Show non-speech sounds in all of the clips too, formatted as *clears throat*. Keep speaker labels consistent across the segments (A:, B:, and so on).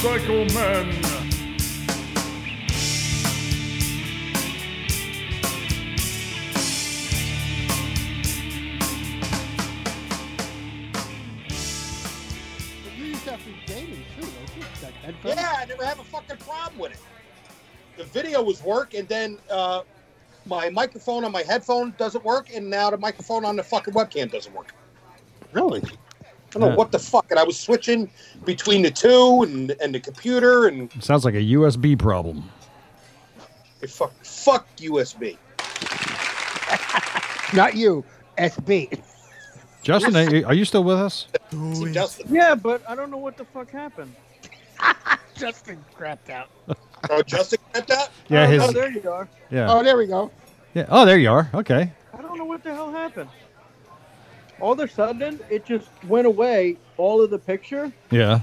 A: Psycho Man.
B: But you used to have to be dating too, don't you? That, that
C: Yeah, I never have a fucking problem with it. The video was work, and then uh, my microphone on my headphone doesn't work, and now the microphone on the fucking webcam doesn't work.
B: really?
C: I don't know
D: Yeah.
C: what the fuck. And I was switching between the two and and the computer and
D: It sounds like a USB problem.
C: fuck fuck USB.
B: Not you, SB.
D: Justin, are you, are you still with us?
C: See, Justin,
E: Yeah, but I don't know what the fuck happened.
B: *laughs* Justin crapped out.
C: oh, Justin got that?
D: Yeah,
E: oh,
D: his-
E: no, there you are.
D: Yeah.
B: Oh, there we go.
D: yeah. Oh, there you are. Okay.
E: I don't know what the hell happened. All of a sudden, it just went away, all of the picture,
D: Yeah.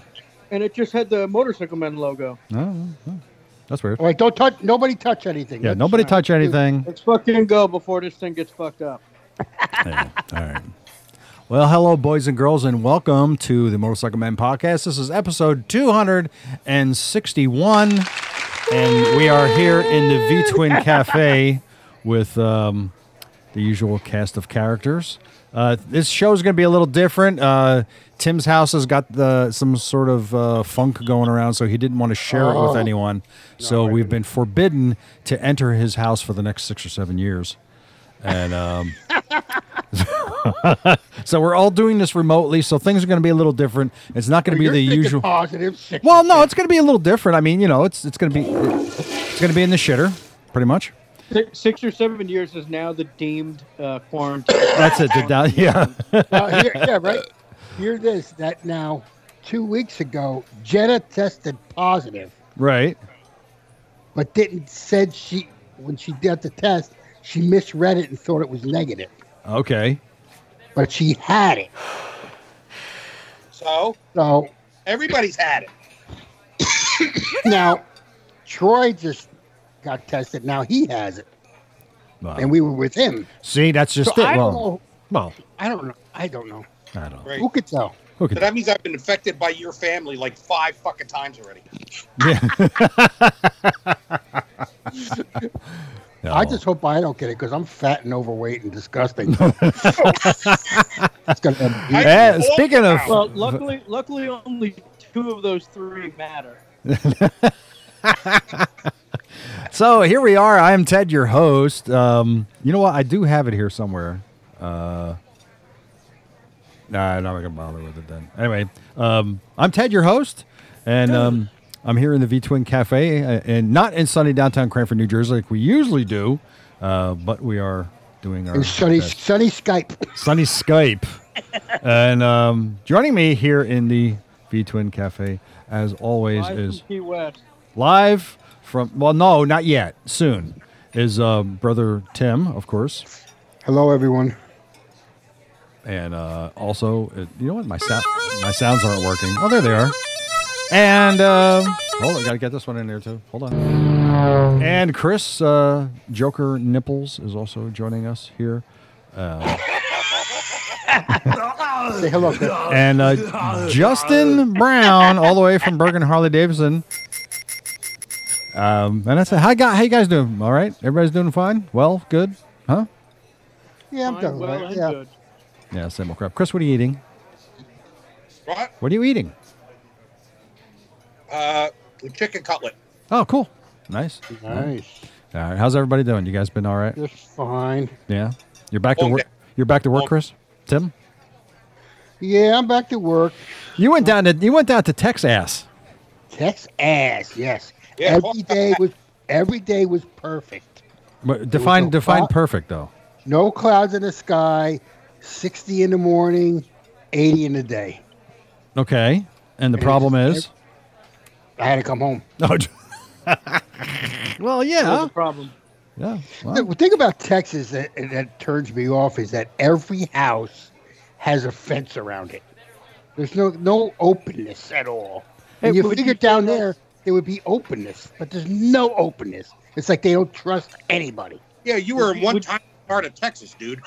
E: and it just had the Motorcycle Men logo.
D: No, no, no. That's weird.
B: All right, don't touch. Nobody touch anything.
D: Yeah,
B: That's
D: nobody
B: right.
D: touch
E: *laughs*
D: anything.
E: Let's fucking go before this thing gets fucked up.
D: Yeah, All right. Well, hello, boys and girls, and welcome to the Motorcycle Man podcast. This is episode 261, and we are here in the V
B: *laughs*
D: Twin Cafe with um, the usual cast of characters. Uh, this show is going to be a little different. Uh, Tim's house has got the, some sort of uh, funk going around, so he didn't want to share it
B: Oh.
D: with anyone. So we've been forbidden to enter his house for the next six or seven years. And um, *laughs* so we're all doing this remotely, so things are going to be a little different. It's not going to be
B: You're
D: the
B: thinking
D: usual.
B: Positive. Sick.
D: Well, no, it's going to be a little different. I mean, you know, it's it's going to be it's going to be in the shitter, pretty much.
E: Six, six or seven years is now the deemed uh, quarantine.
D: That's it. did not- *laughs* yeah.
B: Uh, here- yeah, right. Here it is. That now, two weeks ago, Jenna tested positive,
D: Right.
B: but didn't said she when she did the test, she misread it and thought it was negative,
D: Okay.
B: but she had it.
C: So
B: So
C: everybody's had it.
B: now, Troy just got tested. Now he has it,
D: Wow.
B: and we were with him.
D: See, that's just
B: So
D: it.
B: I don't
D: Well,
B: know.
D: well,
B: I don't know. I don't know.
D: I don't know.
C: Right.
B: Who could tell?
D: Who
C: So
D: could-
C: that means I've been infected by your family like five fucking times already.
D: Yeah.
B: I
D: No.
B: just hope I don't get it because I'm fat and overweight and
D: *laughs*
B: disgusting. It's gonna be-
D: Eh, speaking of,
E: Well, luckily, luckily, only two of those three matter.
D: so here we are. I am Ted, your host. Um, you know what? I do have it here somewhere. Uh, nah, I'm not gonna bother with it then. Anyway, um, I'm Ted, your host, and um, I'm here in the V Twin Cafe, uh, and not in sunny downtown Cranford, New Jersey, like we usually do, uh, but we are doing our
B: It was sunny,
D: best.
B: sunny Skype.
D: Sunny Skype. and um, joining me here in the V Twin Cafe, as always,
E: Live
D: is
E: from Key West.
D: live from, well, no, not yet, soon, is uh, Brother Tim, of course.
B: Hello, everyone.
D: And uh, also, uh, you know what? My, sound, my sounds aren't working. Oh, there they are. And, uh, hold on, I got to get this one in there too. Hold on. And Chris uh, Joker Nipples is also joining us here.
B: Say hello. Chris.
D: And uh, Justin Brown, all the way from Bergen Harley Davidson. Um, and I said, "Hi, guy. How you guys doing? All right? Everybody's doing fine? Well, good, huh?
B: Yeah, I'm
E: Fine,
B: done with
E: well,
B: it.
E: and
B: Yeah.
E: good.
D: Yeah, same old crap. Chris, what are you eating?
C: Right?
D: What are you eating?
C: Uh, chicken cutlet.
D: Oh, cool, nice.
B: Nice.
D: All right, how's everybody doing? You guys been all right?
B: Just fine.
D: Yeah, you're back to
C: Okay.
D: work. You're back to work,
C: Okay.
D: Chris. Tim,
B: Yeah, I'm back to work.
D: you went down to you went down to Texas.
B: Tex ass. Yes.
C: Yeah.
B: Every day was every day was perfect.
D: But Define
B: no
D: define
B: cloud.
D: perfect though.
B: No clouds in the sky. Sixty in the morning, eighty in the day.
D: Okay, and the
B: It
D: problem
B: is-
D: is, *laughs*
B: I had to come home.
D: oh, *laughs* well,
E: That was
D: yeah,
E: the problem.
D: yeah.
B: The
D: well,
B: the thing about Texas that, that turns me off is that every house has a fence around it. There's no no openness at all. And
E: Hey,
B: you
E: would
B: figure
E: you
B: down
E: say
B: there there would be openness, but there's no openness. It's like they don't trust anybody.
C: Yeah, you were in one
E: Would-
C: time part of Texas, dude.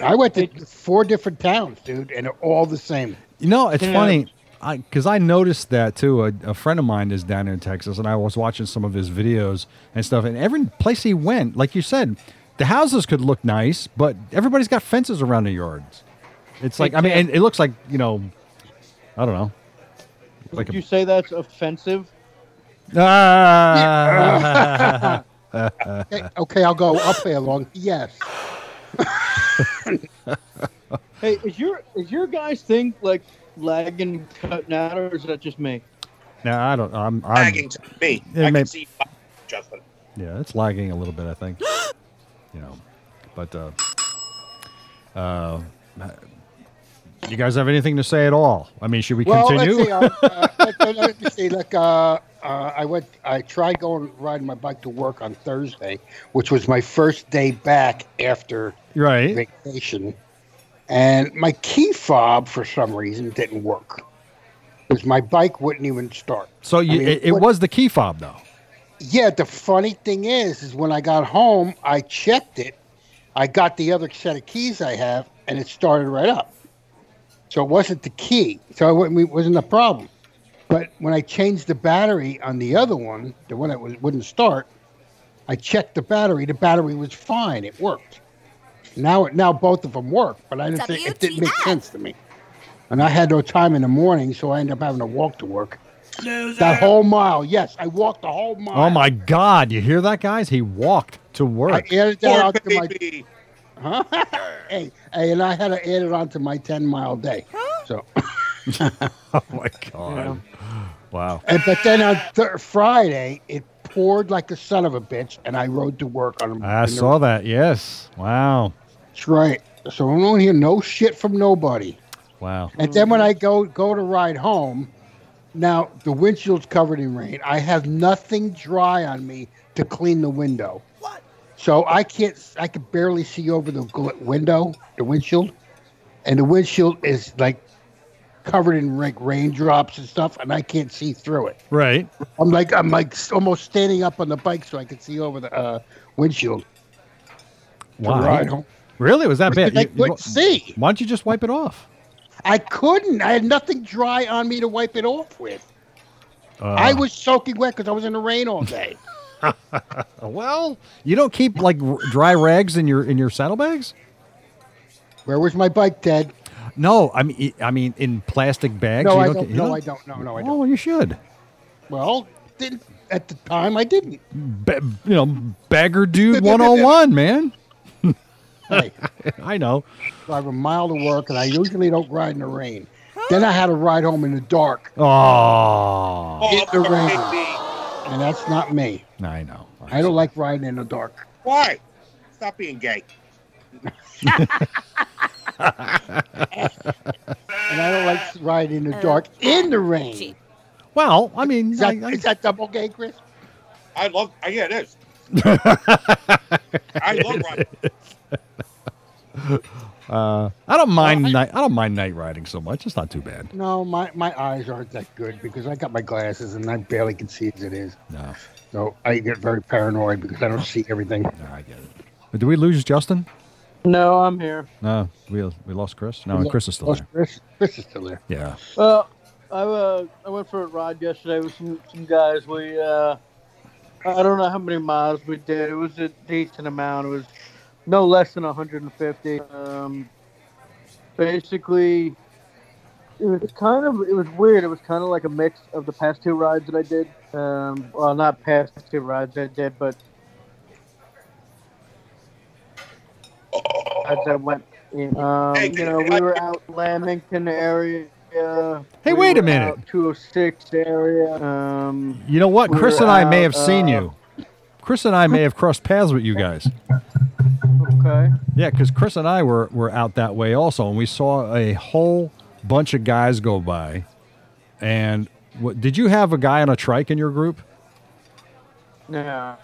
B: I went to four different towns, dude, and they're all the same.
D: You know, it's
E: Yeah.
D: funny. I because I noticed that too. A, a friend of mine is down in Texas, and I was watching some of his videos and stuff. And every place he went, like you said, the houses could look nice, but everybody's got fences around their yards. It's like I mean, and it looks like you know, I don't know. Like
E: Would
D: a-
E: you say that's offensive?
D: Ah.
B: Okay, okay, I'll go. I'll play along. Yes.
E: Hey, is your is your guys thing like lagging, cutting out, or is that just me?
D: no, I don't. I'm. I'm
C: Lagging to me.
D: It
C: I
D: may-
C: can see Justin.
D: yeah, it's lagging a little bit. I think. *gasps* you know, but uh, uh, you guys have anything to say at all? I mean, should we
B: Well, let's
D: continue? *laughs*
B: see. Uh, uh, let, let, let me see. Like, uh, uh, I went. I tried going riding my bike to work on Thursday, which was my first day back after
D: right.
B: vacation, and my key fob for some reason didn't work because my bike wouldn't even start.
D: So you,
B: I mean,
D: it, it
B: what-
D: was the key fob though.
B: Yeah, the funny thing is, is when I got home, I checked it. I got the other set of keys I have, and it started right up. So it wasn't the key. So it wasn't- it wasn't a problem. But when I changed the battery on the other one, the one that was, wouldn't start, I checked the battery. The battery was fine. It worked. Now, it- now both of them work, but I didn't think it didn't make
A: WTF.
B: sense to me. And I had no time in the morning, so I ended up having to walk to work. That whole mile, yes, I walked the whole mile.
D: Oh my God! You hear that, guys? He walked to
B: I
D: work.
B: added that
C: Poor
B: out to my
C: baby. *laughs*
B: huh? hey, hey, and I had to add it on to my ten mile day. So,
D: *laughs* Oh my God! Wow.
B: and, but then on th- Friday it poured like a son of a bitch, and I rode to work on.
D: I saw that. Yes. Wow.
B: That's right. So I don't hear no shit from nobody.
D: Wow.
B: And then
D: Mm-hmm.
B: when I go go to ride home, now the windshield's covered in rain. I have nothing dry on me to clean the window. What? So I can't. I can barely see over the gl- window, the windshield, and the windshield is like covered in like raindrops and stuff, and I can't see through it.
D: Right.
B: I'm like I'm like s- almost standing up on the bike so I can see over the uh, windshield. to ride
D: Wow.
B: home.
D: Really? It Was that bad?
B: I
D: You- you-
B: couldn't see.
D: Why don't you just wipe it off?
B: I couldn't. I had nothing dry on me to wipe it off with.
D: Uh,
B: I was soaking wet because I was in the rain all day.
D: Uh, Well, you don't keep like r- dry rags in your in your saddlebags.
B: Where was my bike, Ted?
D: No, I mean e, I mean in plastic bags.
B: No,
D: you
B: I don't.
D: you
B: No, I don't. No, no, I don't.
D: Oh, you should.
B: Well, didn't at the time I didn't.
D: Ba- you know,
B: *laughs*
D: bagger dude 101, man. *laughs*
B: I
D: I know.
B: drive a mile to work, and I usually don't ride in the rain. Then I had to ride home in the dark,
D: Oh,
C: Oh,
B: Get the
C: poor
B: rain.
C: baby.
B: and that's not me.
D: I know.
B: I don't like riding in the dark.
C: Why? Stop being gay.
B: And I don't like riding in the dark in the rain.
D: Well, I mean,
B: Is that,
D: I- I-
B: is that double gay, Chris?
C: *laughs* I love. I- Yeah, it
B: *laughs*
C: is. I love riding.
D: Uh, I don't mind night. I don't mind night riding so much. It's not too bad.
B: No, my, my eyes aren't that good because I got my glasses and I barely can see as it is.
D: No,
B: So I get very paranoid because I don't see everything.
D: no, I get it. But did we lose Justin?
E: No, I'm here.
D: No, we we lost Chris. No, and Chris is still
B: Oh,
D: there.
B: Chris, Chris is still there.
D: Yeah.
E: Well, I uh, I went for a ride yesterday with some, some guys. We uh, I don't know how many miles we did. It was a decent amount. It was no less than 150. Um, basically, it was kind of it was weird. It was kind of like a mix of the past two rides that I did. Um, well, not past two rides I did, but rides I went. In. Um, you know, we were out Lamington area.
D: Hey,
E: we
D: wait a
E: were
D: minute.
E: out 206 area. Um,
D: You know what?
E: We
D: Chris
E: were
D: and I may have
E: out,
D: seen
E: uh,
D: you. Chris and I may have crossed paths with you guys.
E: okay.
D: Yeah, because Chris and I were were out that way also, and we saw a whole bunch of guys go by. And what, did you have a guy on a trike in your group?
E: Yeah.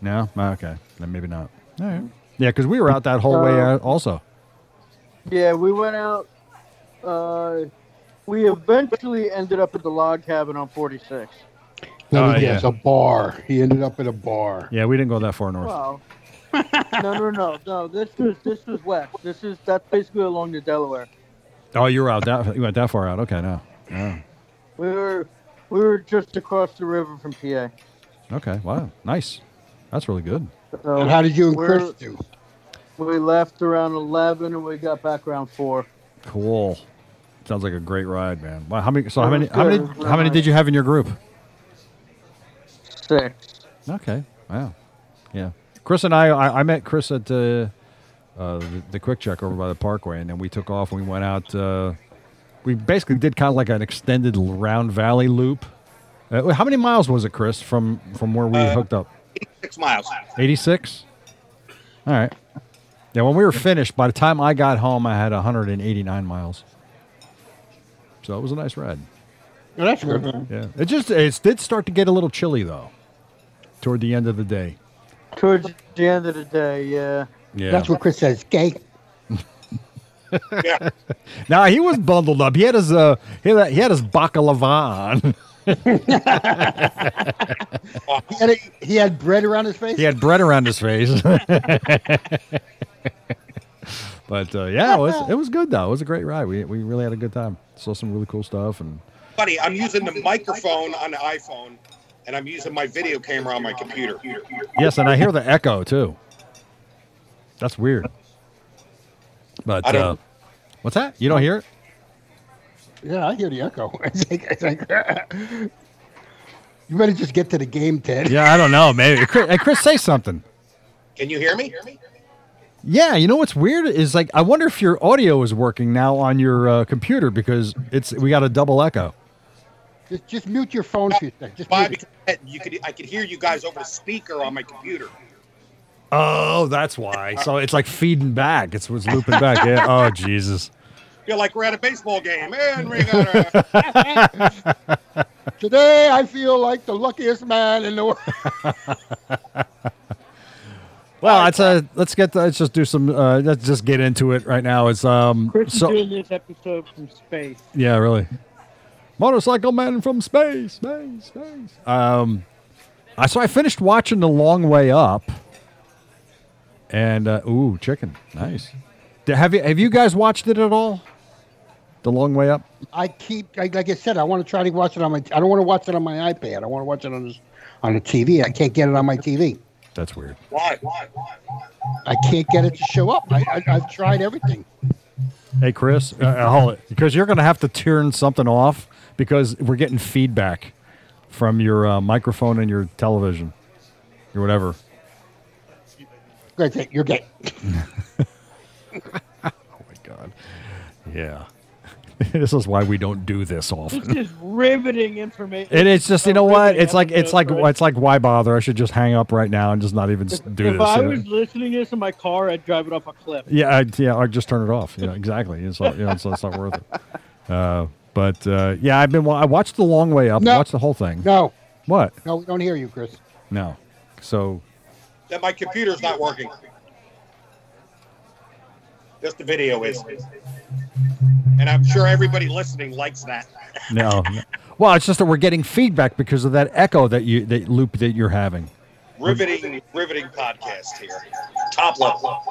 D: No. Oh, okay. Then maybe not. All right. Yeah, because we were out that whole way
E: Uh,
D: out also.
E: Yeah, we went out. Uh, we eventually ended up at the log cabin on 46.
B: Then
D: Oh,
B: he
D: yeah.
B: has a bar. He ended up at a bar.
D: Yeah, we didn't go that far north.
E: Wow. no, no, no, no. This was this was west. This is that's basically along the Delaware.
D: Oh, you were out that you went that far out. Okay, no. Yeah.
E: We were we were just across the river from PA.
D: Okay. Wow. Nice. That's really good.
E: So
B: And how did you and Chris
E: we're-
B: do?
E: we left around eleven and we got back around four.
D: Cool. Sounds like a great ride, man. Wow. How many? So how
E: That
D: many?
E: was
D: How many?
E: good. It was
D: How many
E: nice.
D: did you have in your group?
E: Six.
D: Okay. Wow. Yeah. Chris and I, I, I met Chris at uh, uh, the, the Quick Check over by the Parkway, and then we took off and we went out. Uh, we basically did kind of like an extended l- round valley loop. Uh, how many miles was it, Chris, from from where we hooked up?
C: Six miles.
D: 86? All right. Yeah, when we were finished, by the time I got home, I had 189 miles. So it was a nice ride.
B: Oh, that's good.
D: Yeah. It just it did start to get a little chilly, though, toward the end of the day.
E: Towards the end of the day, yeah.
D: Yeah.
B: That's what Chris says. Gay.
C: Yeah.
D: Now he was bundled up. He had his uh, he had, he had his baklava on. *laughs*
B: He had, a, he had bread around his face.
D: he had bread around his face. *laughs* but uh, yeah, it was it was good though. It was a great ride. We we really had a good time. Saw some really cool stuff and
C: Buddy, I'm using the microphone on the iPhone, and I'm using my video camera on my computer.
D: yes, and I hear the echo too. That's weird. But
C: I don't-
D: uh, what's that? You don't hear it?
B: Yeah, I hear the echo. *laughs* It's like, it's like, you better just get to the game, Ted.
D: Yeah, I don't know. Maybe Chris, hey, Chris, say something.
C: Can you hear me?
D: Yeah, you know what's weird is like I wonder if your audio is working now on your uh, computer because it's we got a double echo.
B: Just, just mute your phone for a second. Just
C: Why?
B: mute
C: Because
B: it.
C: you could, I could hear you guys over the speaker on my computer.
D: Oh, that's why. So it's like feeding back. It's was looping back. Yeah. Oh, Jesus.
C: Feel like we're at a baseball game. And we got a-
B: Today, I feel like the luckiest man in the world.
D: Well, it's a let's get let's just do some uh, let's just get into it right now. It's um
E: Chris is
D: so
E: doing this episode from space.
D: yeah, really. Motorcycle Man from space, space, space. Um, I so I finished watching The Long Way Up, and uh, ooh, chicken, nice. D- Have you have you guys watched it at all? The Long Way Up.
B: I keep, like, like I said, I want to try to watch it on my. I don't want to watch it on my iPad. I want to watch it on this, on the TV. I can't get it on my TV.
D: That's weird.
C: Why? Why? Why? Why?
B: I can't get it to show up. I, I, I've tried everything.
D: Hey, Chris, uh, uh, hold it. Because you're going to have to turn something off because we're getting feedback from your uh, microphone and your television, your whatever.
B: Great, thing. you're gay.
D: Oh, my God. Yeah. *laughs* this is why we don't do this
E: This
D: often.
E: is riveting information.
D: And it's just, you know what? It's like, it's like,
E: what.
D: it's like, why bother? I should just hang up right now and just not even s- do
E: if
D: this.
E: I
D: you know?
E: was listening to this in my car, I'd drive it off a cliff.
D: Yeah, I, yeah, I just turn it off. Yeah, exactly. It's not, you know, it's, it's not worth it. Uh, but uh, yeah, I've been. wa- I watched the long way up.
B: No.
D: Watched the whole thing.
B: No,
D: What?
B: no, we don't hear you, Chris.
D: No. So
C: That my computer's not working. Just the video is. And I'm sure everybody listening likes that.
D: No. no. Well, it's just that we're getting feedback because of that echo that you that loop that you're having.
C: Riveting, riveting podcast here. Top level. *laughs*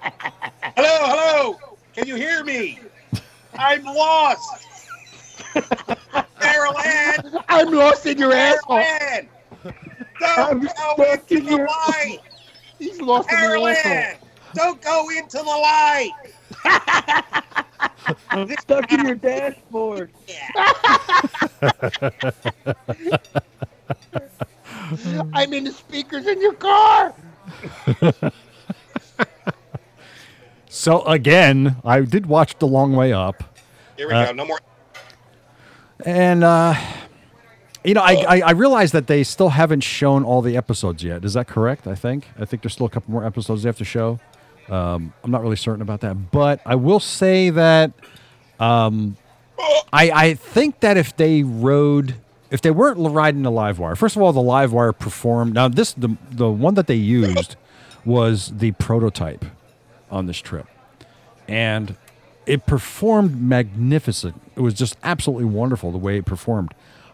C: hello, hello. Can you hear me? I'm lost. Carol Ann,
B: I'm lost in your
C: Carol
B: asshole.
C: Ann.
B: *laughs*
C: Don't go into the light.
B: He's lost in
C: Carol
B: your
C: Ann,
B: asshole.
C: don't go into the light.
E: I'm stuck in your dashboard.
B: I'm in the speakers in your car.
D: So again, I did watch the long way up,
C: Here we
D: Uh,
C: go. No more.
D: and uh, you know, I, I I realize that they still haven't shown all the episodes yet. Is that correct? I think I think there's still a couple more episodes they have to show. Um, I'm not really certain about that, but I will say that um, I, I think that if they rode, if they weren't riding the live wire, first of all, the live wire performed. Now, this the the one that they used was the prototype on this trip, and it performed magnificent. It was just absolutely wonderful the way it performed.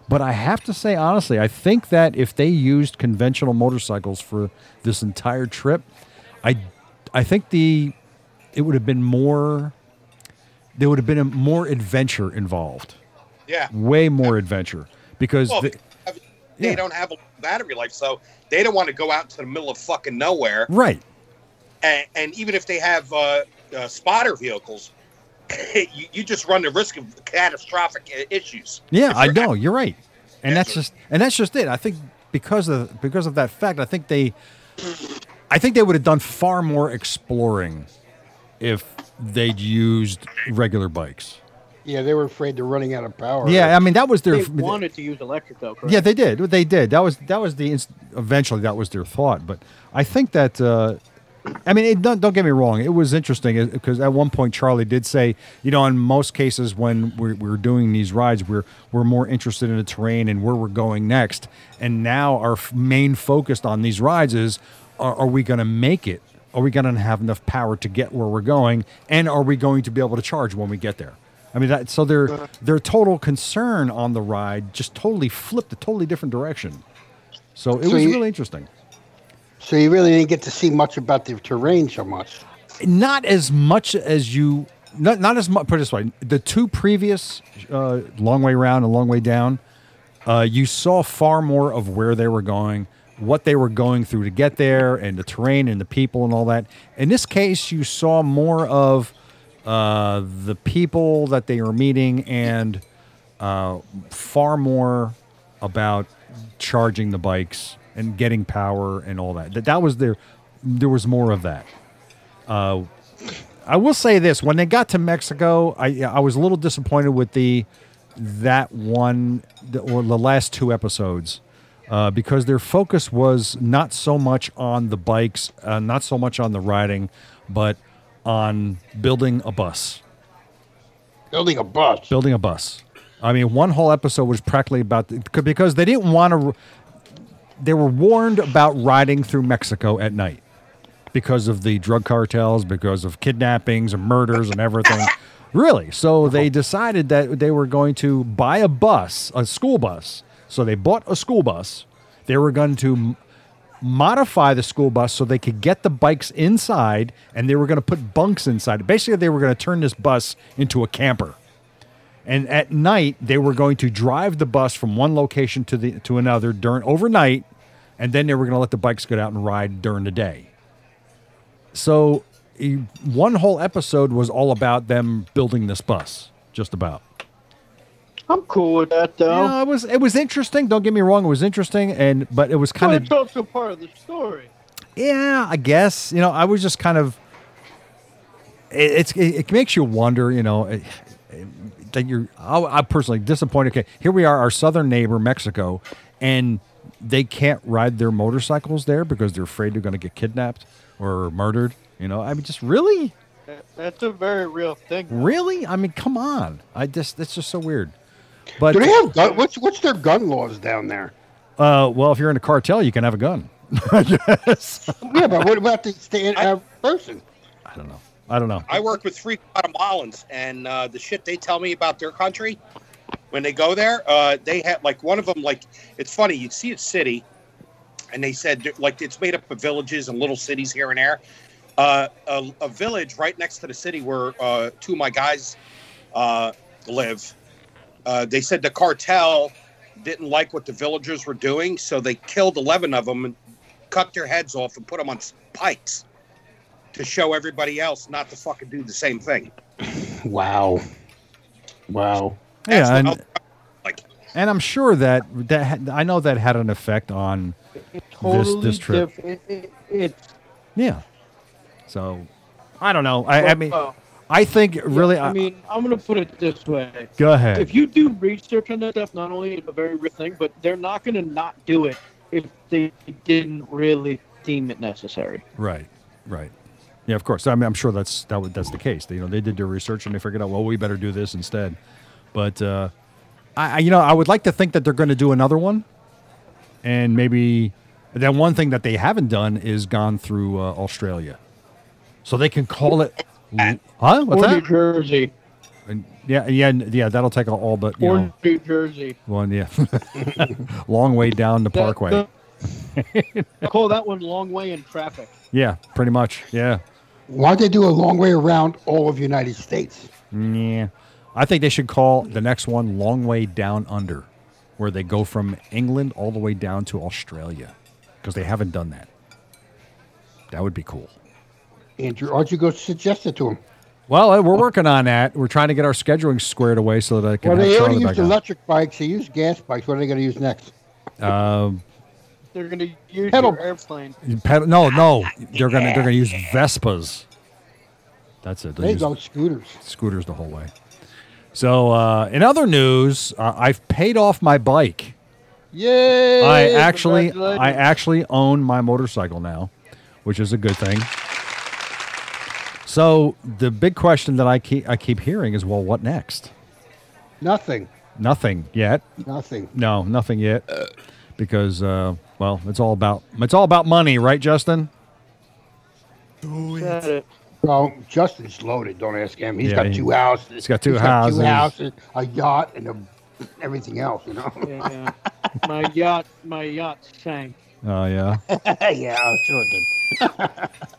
D: But I have to say honestly, I think that if they used conventional motorcycles for this entire trip, I I think the it would have been more there would have been a more adventure involved
C: Yeah.
D: way more adventure because
C: Well,
D: the-
C: They
D: Yeah.
C: don't have a battery life, so they don't want to go out to the middle of fucking nowhere.
D: right
C: And, and even if they have uh, uh, spotter vehicles, *laughs* you, you just run the risk of catastrophic i- issues.
D: Yeah,
C: If
D: I
C: you're-
D: know. You're right, and
C: Yeah,
D: that's
C: sure.
D: just and that's just it. I think because of because of that fact, I think they, I think they would have done far more exploring if they'd used regular bikes.
B: Yeah, they were afraid they're running out of power.
D: Yeah, I mean that was their.
E: They wanted to use electric though. Correct?
D: yeah, they did. They did. That was that was the inst- eventually that was their thought. But I think that uh, I mean it, don't don't get me wrong. It was interesting because at one point Charlie did say, you know, in most cases when we're, we're doing these rides, we're we're more interested in the terrain and where we're going next. And now our f- main focus on these rides is: are, are we going to make it? Are we going to have enough power to get where we're going? And are we going to be able to charge when we get there? I mean, that, so their their total concern on the ride just totally flipped a totally different direction. So it
B: So
D: was
B: you-
D: really interesting.
B: So you really didn't get to see much about the terrain so much.
D: not as much as you not not as much put it this way the two previous uh, long way round and long way down uh, you saw far more of where they were going what they were going through to get there and the terrain and the people and all that in this case you saw more of uh, the people that they were meeting and uh, far more about charging the bikes and getting power and all that that, that was their there was more of that I will say this: when they got to Mexico, I I was a little disappointed with the that one the, or the last two episodes uh, because their focus was not so much on the bikes, uh, not so much on the riding, but on building a bus.
B: Building a bus.
D: Building a bus. I mean, one whole episode was practically about the, c- because they didn't want to. They were warned about riding through Mexico at night because of the drug cartels, because of kidnappings and murders and everything. really. So they decided that they were going to buy a bus, a school bus. So they bought a school bus. They were going to m- modify the school bus so they could get the bikes inside and they were going to put bunks inside. Basically, they were going to turn this bus into a camper. And at night, they were going to drive the bus from one location to the to another during overnight, and then they were going to let the bikes go out and ride during the day. So, e- one whole episode was all about them building this bus, just about.
E: I'm cool with that though.
D: Yeah, it was it was interesting. Don't get me wrong, it was interesting, and but it was
E: but
D: kind of
E: it's also part of the story.
D: yeah, I guess you know I was just kind of it, it's it, it makes you wonder, you know. It, it- that you're, I, I personally disappointed. Okay, here we are, our southern neighbor, Mexico, and they can't ride their motorcycles there because they're afraid they're going to get kidnapped or murdered. You know, I mean, just really,
E: That- That's a very real thing.
D: really. I mean, come on. I just, that's just so weird. But
B: Do they have gun? What's what's their gun laws down there?
D: uh, well, if you're in a cartel, you can have a gun. *laughs* yes.
B: Yeah, but what about the stand uh, person?
D: I don't know. I don't know.
C: I work with three Guatemalans, and uh, the shit they tell me about their country when they go there, uh, they had like one of them. Like it's funny, you'd see a city, and they said like it's made up of villages and little cities here and there. Uh, a, a village right next to the city where uh, two of my guys uh, live. Uh, they said the cartel didn't like what the villagers were doing, so they killed eleven of them and cut their heads off and put them on s- pikes to show everybody else not to fucking do the same thing.
B: Wow, wow.
C: That's
D: Yeah,
C: what
D: and-
C: I'll- like
D: And I'm sure that that had- I know that had an effect on
E: Totally
D: this trip.
E: diff- it- it- it's
D: yeah. So I don't know. I, I mean,
E: well, uh,
D: I think really.
E: I mean, I'm gonna put it this way.
D: go ahead.
E: If you do research on that stuff, not only is it a very real thing, but they're not gonna not do it if they didn't really deem it necessary.
D: Right, right. Yeah, of course. I mean, I'm sure that's that would, that's the case. They, you know, they did their research and they figured out, well, we better do this instead. But uh, I, I, you know, I would like to think that they're going to do another one, and maybe that one thing that they haven't done is gone through uh, Australia, so they can call it. Huh? What's
E: or
D: that?
E: New Jersey.
D: And yeah, yeah, n- yeah. That'll take all- all but you
E: Or
D: know,
E: New Jersey.
D: one. Yeah, *laughs* long way down the
E: That-
D: *laughs* Parkway.
E: that- call that one long way in traffic.
D: Yeah, pretty much. Yeah,
B: Why'd they do a long way around all of United States?
D: yeah. I think they should call the next one Long Way Down Under, where they go from England all the way down to Australia, because they haven't done that. That would be cool.
B: Andrew, aren't you go suggest it to him?
D: Well, uh, we're working on that. We're trying to get our scheduling squared away so that I can
B: Well,
D: have
B: they already
D: Charlie back
B: used
D: on.
B: electric bikes. They used gas bikes. What are they going to use next?
D: Um,
E: They're going to use
B: Pedal.
E: your airplane.
D: ped- no, no, they're gonna they're gonna use Vespas. That's it. They'll
B: They
D: use-
B: go scooters.
D: scooters the whole way. So, uh, in other news, uh, I've paid off my bike.
E: Yay!
D: I actually, I
E: congratulations.
D: actually own my motorcycle now, which is a good thing. So the big question that I keep, I keep hearing is, well, what next?
B: Nothing.
D: Nothing yet.
B: Nothing.
D: No, nothing yet, because uh, well, it's all about it's all about money, right, Justin?
E: Said it.
B: Well, Justin's loaded. Don't ask him. He's
D: Yeah,
B: got
D: he-
B: two houses.
D: he's got two houses.
B: houses, a yacht, and a, everything else. You know.
E: Yeah. my yacht, my yacht sank.
D: Oh yeah.
B: *laughs* yeah, I'm sure it did.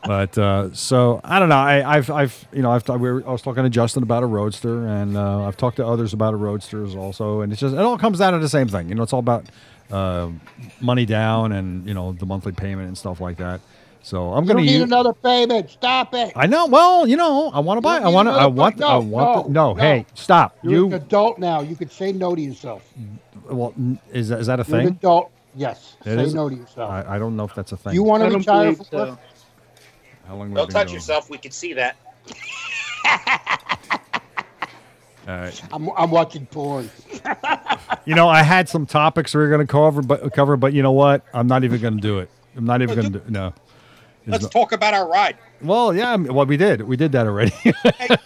D: But uh, so I don't know. I, I've, I've, you know, I've, we were, I was talking to Justin about a roadster, and uh, I've talked to others about a roadsters also, and it's just it all comes down to the same thing. You know, it's all about uh, money down and you know the monthly payment and stuff like that. So I'm
B: You
D: gonna
B: don't need
D: use.
B: another payment. Stop it.
D: I know. Well, you know, I want to buy.
B: don't
D: I
B: need
D: want. I
B: another
D: want.
B: fuck-
D: I
B: no,
D: want. the- No,
B: no,
D: Hey,
B: no.
D: stop.
B: You're an
D: you.
B: adult now. You can say no to yourself.
D: Well, n- is that, is that a
B: You're an
D: thing?
B: adult. Yes.
D: It
B: say
D: is-
B: no to yourself.
D: I, I don't know if that's a thing.
B: you want
E: I
B: to
E: don't
B: retire
E: believe
B: from
E: so.
D: How long have we
C: Don't
D: been
C: touch
D: going?
C: yourself. We can see that.
D: All right.
B: I'm, I'm watching porn.
D: You know, I had some topics we were going to cover, but cover, but you know what? I'm not even going to do it. I'm not even going to do no. It's
C: Let's
D: not-
C: talk about our
D: *laughs*
C: ride.
D: well, yeah. I mean, Well, we did. We did that already. *laughs*
C: Hey,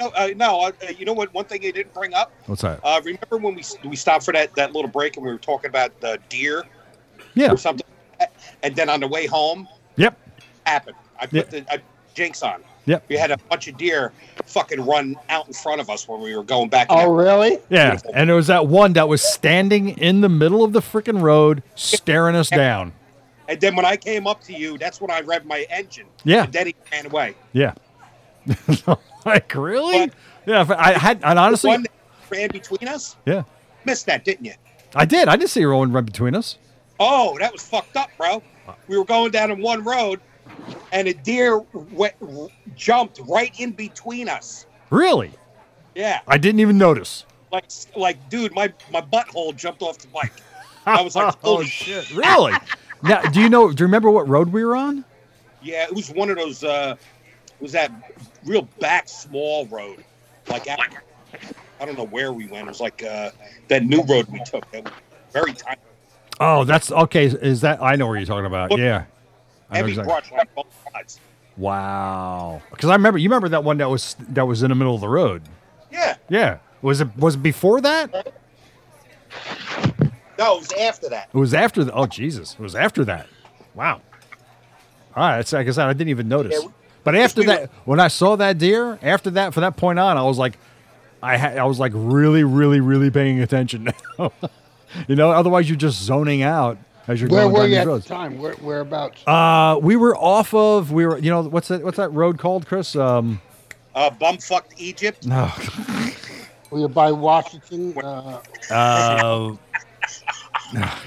C: you know, uh, no, uh, you know what? One thing you didn't bring up.
D: What's that?
C: Uh, remember when we we stopped for that, that little break and we were talking about the deer
D: Yeah.
C: or something? And then on the way home,
D: Yep.
C: happened. I put
D: Yeah.
C: the I, jinx on.
D: Yep.
C: We had a bunch of deer fucking run out in front of us when we were going back.
B: Oh, really?
D: Yeah.
C: Beautiful.
D: And there was that one that was standing in the middle of the freaking road, staring us down.
C: And then when I came up to you, that's when I revved my engine.
D: Yeah.
C: And then he ran away.
D: Yeah. *laughs* like really?
C: What?
D: Yeah. if I had. And honestly,
C: One that ran between us.
D: yeah.
C: Missed that, didn't you?
D: I did. I did see a one run between us.
C: Oh, that was fucked up, bro. We were going down in one road, and a deer went, jumped right in between us.
D: Really?
C: Yeah,
D: I didn't even notice.
C: like like dude, my my butthole jumped off the bike. I was
D: *laughs*
C: like,
D: Oh,
C: holy shit.
D: Really? now, do you know? Do you remember what road we were on?
C: Yeah, it was one of those. uh it Was that real back small road? Like out, I don't know where we went. It was like uh that new road we took. That was very tiny,
D: Oh, that's okay. Is- Is that I know where you're talking about?
C: Look,
D: yeah. I know
C: heavy
D: exactly.
C: brush on both sides.
D: Wow. Because I remember you remember that one that was that was in the middle of the road.
C: Yeah,
D: Yeah. Was it was it before that? It
C: no, it was after that.
D: was after the. Oh Jesus! It was after that. Wow. All right. That's like I said, I didn't even notice.
C: Yeah,
D: But after
C: we were-
D: that, when I saw that deer, after that, from that point on, I was like, I had I was like really, really, really paying attention *laughs* now. you know, otherwise you're just zoning out as you're
B: Where
D: going
B: were
D: down
B: you
D: these
B: at the
D: roads.
B: time? Where, whereabouts?
D: Uh, we were off of we were you know what's that what's that road called, Chris? Um,
C: Uh, bumfucked Egypt.
D: no.
B: were you by Washington? Uh,
D: *laughs* Uh,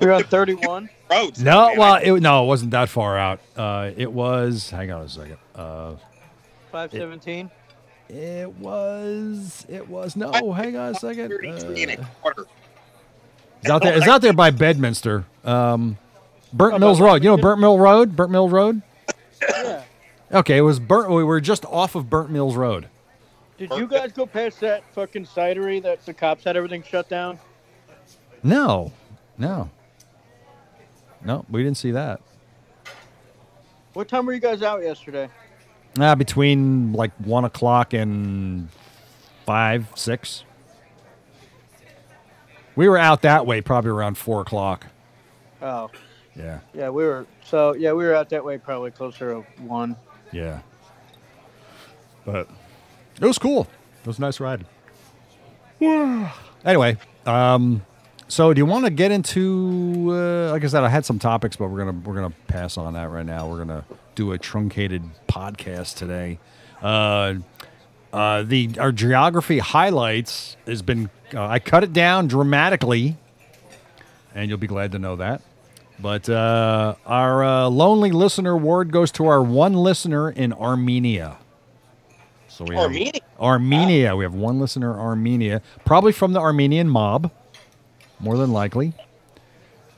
E: You're on 31.
C: roads.
D: no.
C: man.
D: Well, it, no, it wasn't that far out. Uh, it was. Hang on a second. Uh,
E: 517.
D: it was. It was. No. Hang on a second.
C: Thirty three and
D: Uh,
C: a quarter.
D: it's out there. It's out there by Bedminster. Um, Burnt Mills Road. You know Burnt Mill Road. Burnt Mill Road.
E: Yeah.
D: Okay, it was burnt. We were just off of Burnt Mills Road.
E: Did you guys go past that fucking cidery that the cops had everything shut down?
D: No, no, no. We didn't see that.
E: What time were you guys out yesterday?
D: Uh, between like one o'clock and five, six. We were out that way probably around four o'clock.
E: Oh,
D: Yeah,
E: yeah, we were. So, yeah, we were out that way probably closer to 1.
D: yeah. But it was cool. It was a nice ride. anyway, um, so do you want to get into? Uh, like I said, I had some topics, but we're gonna we're gonna pass on that right now. We're gonna do a truncated podcast today. Uh, Uh, the our geography highlights has been uh, I cut it down dramatically, and you'll be glad to know that. But uh, our uh, lonely listener award goes to our one listener in Armenia. So we have-
C: Armenia?
D: Armenia. We have one listener, Armenia, probably from the Armenian mob, more than likely.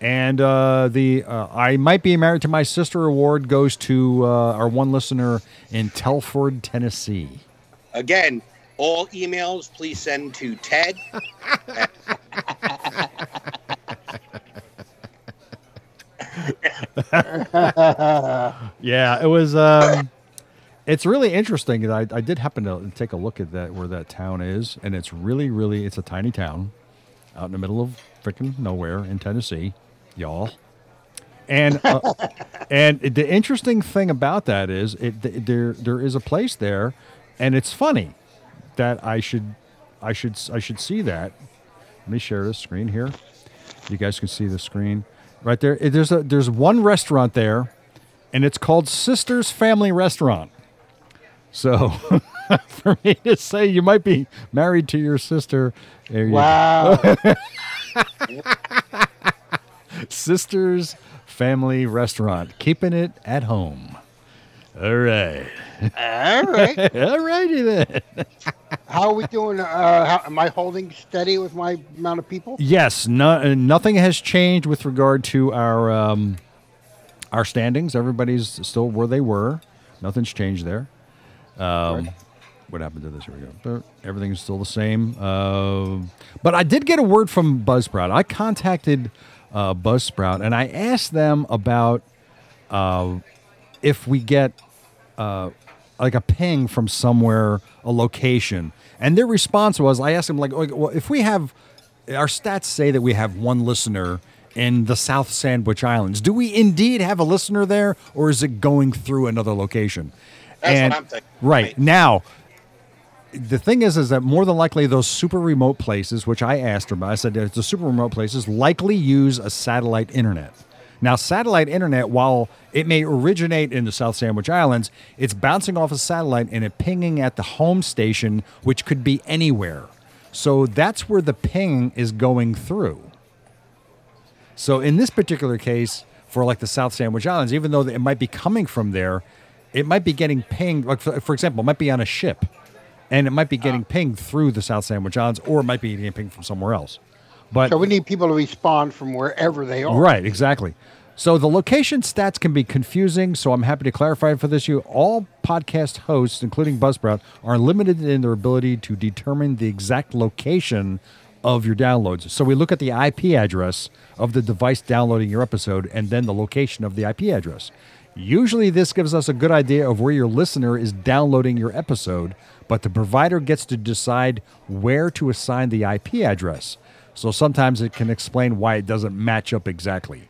D: And uh, the uh, I Might Be Married to My Sister award goes to uh, our one listener in Telford, Tennessee.
C: Again, all emails please send to Ted.
D: Yeah, it was. Um, it's really interesting. that I, I did happen to take a look at that where that town is, and it's really, really, it's a tiny town out in the middle of freaking nowhere in Tennessee, y'all. And uh, and the interesting thing about that is it th- there there is a place there, and it's funny that I should I should I should see that. Let me share this screen here. You guys can see the screen right there. It- There's a there's one restaurant there and it's called Sisters Family Restaurant. So, *laughs* for me to say you might be married to your sister, there you go. *laughs*
B: Wow.
D: Sisters Family Restaurant, keeping it at home. All right,
B: All right.
D: all righty then.
B: How are we doing? Uh, how, am I holding steady with my amount of people?
D: Yes, no, uh, nothing has changed with regard to our um, our standings. Everybody's still where they were. Nothing's changed there. Um, What happened to this? Here we go. But Everything's still the same. Uh, but I did get a word from Buzzsprout. I contacted uh, Buzzsprout and I asked them about if we get uh, like a ping from somewhere, a location. And their response was, I asked them like, like, well, if we have our stats say that we have one listener in the South Sandwich Islands, do we indeed have a listener there, or is it going through another location?
C: That's what
D: And-
C: I'm thinking.
D: Right
C: Right.
D: now, the thing is, is that more than likely those super remote places, which I asked about, I said that the super remote places likely use a satellite internet. Now, satellite internet, while it may originate in the South Sandwich Islands, it's bouncing off a satellite and it pinging at the home station, which could be anywhere. So that's where the ping is going through. So in this particular case, for like the South Sandwich Islands, even though it might be coming from there, it might be getting pinged. Like for, for example, it might be on a ship, and it might be getting pinged through the South Sandwich Islands, or it might be getting pinged from somewhere else. But
B: So we need people to respond from wherever they are.
D: Right, exactly. So the location stats can be confusing, so I'm happy to clarify for this you. All podcast hosts, including Buzzsprout, are limited in their ability to determine the exact location of your downloads. So we look at the IP address of the device downloading your episode and then the location of the IP address. Usually this gives us a good idea of where your listener is downloading your episode, but the provider gets to decide where to assign the IP address. So sometimes it can explain why it doesn't match up exactly.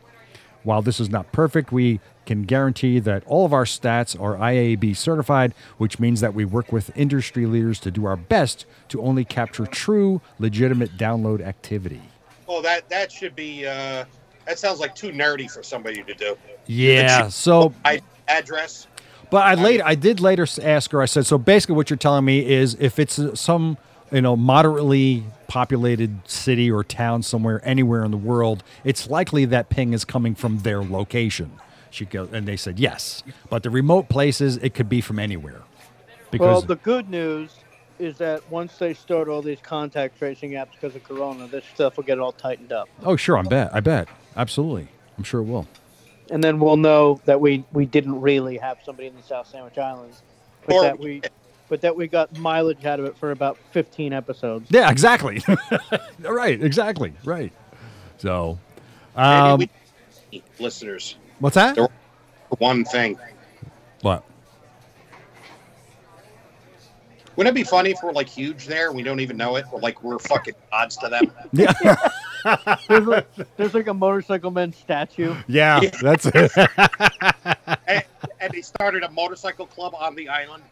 D: While this is not perfect, we can guarantee that all of our stats are IAB certified, which means that we work with industry leaders to do our best to only capture true, legitimate download activity.
C: Oh, that that should be. Uh, that sounds like too nerdy for somebody to do.
D: Yeah. So,
C: I address.
D: but I later I did later s- ask her. I said, so basically, what you're telling me is if it's uh, some you know moderately populated city or town somewhere anywhere in the world, it's likely that ping is coming from their location. She goes, and they said yes, but the remote places it could be from anywhere.
E: Well,
D: Because
E: the good news is that once they start all these contact tracing apps because of Corona, this stuff will get all tightened up,
D: Oh, sure. I bet. I bet. Absolutely. I'm sure it will.
E: and then we'll know that we we didn't really have somebody in the South Sandwich Islands, but
C: Or-
E: that we but that we got mileage out of it for about 15 episodes.
D: *laughs* Yeah, exactly. right. Exactly. Right. So,
C: Maybe
D: um,
C: we need listeners,
D: what's that?
C: There- one thing.
D: What?
C: Wouldn't it be funny if we're like huge there? We don't even know it. We're like we're fucking odds to them.
D: Yeah.
E: There's like, there's like a motorcycle man statue.
D: yeah. That's it. *laughs*
C: and, and they started a motorcycle club on the island.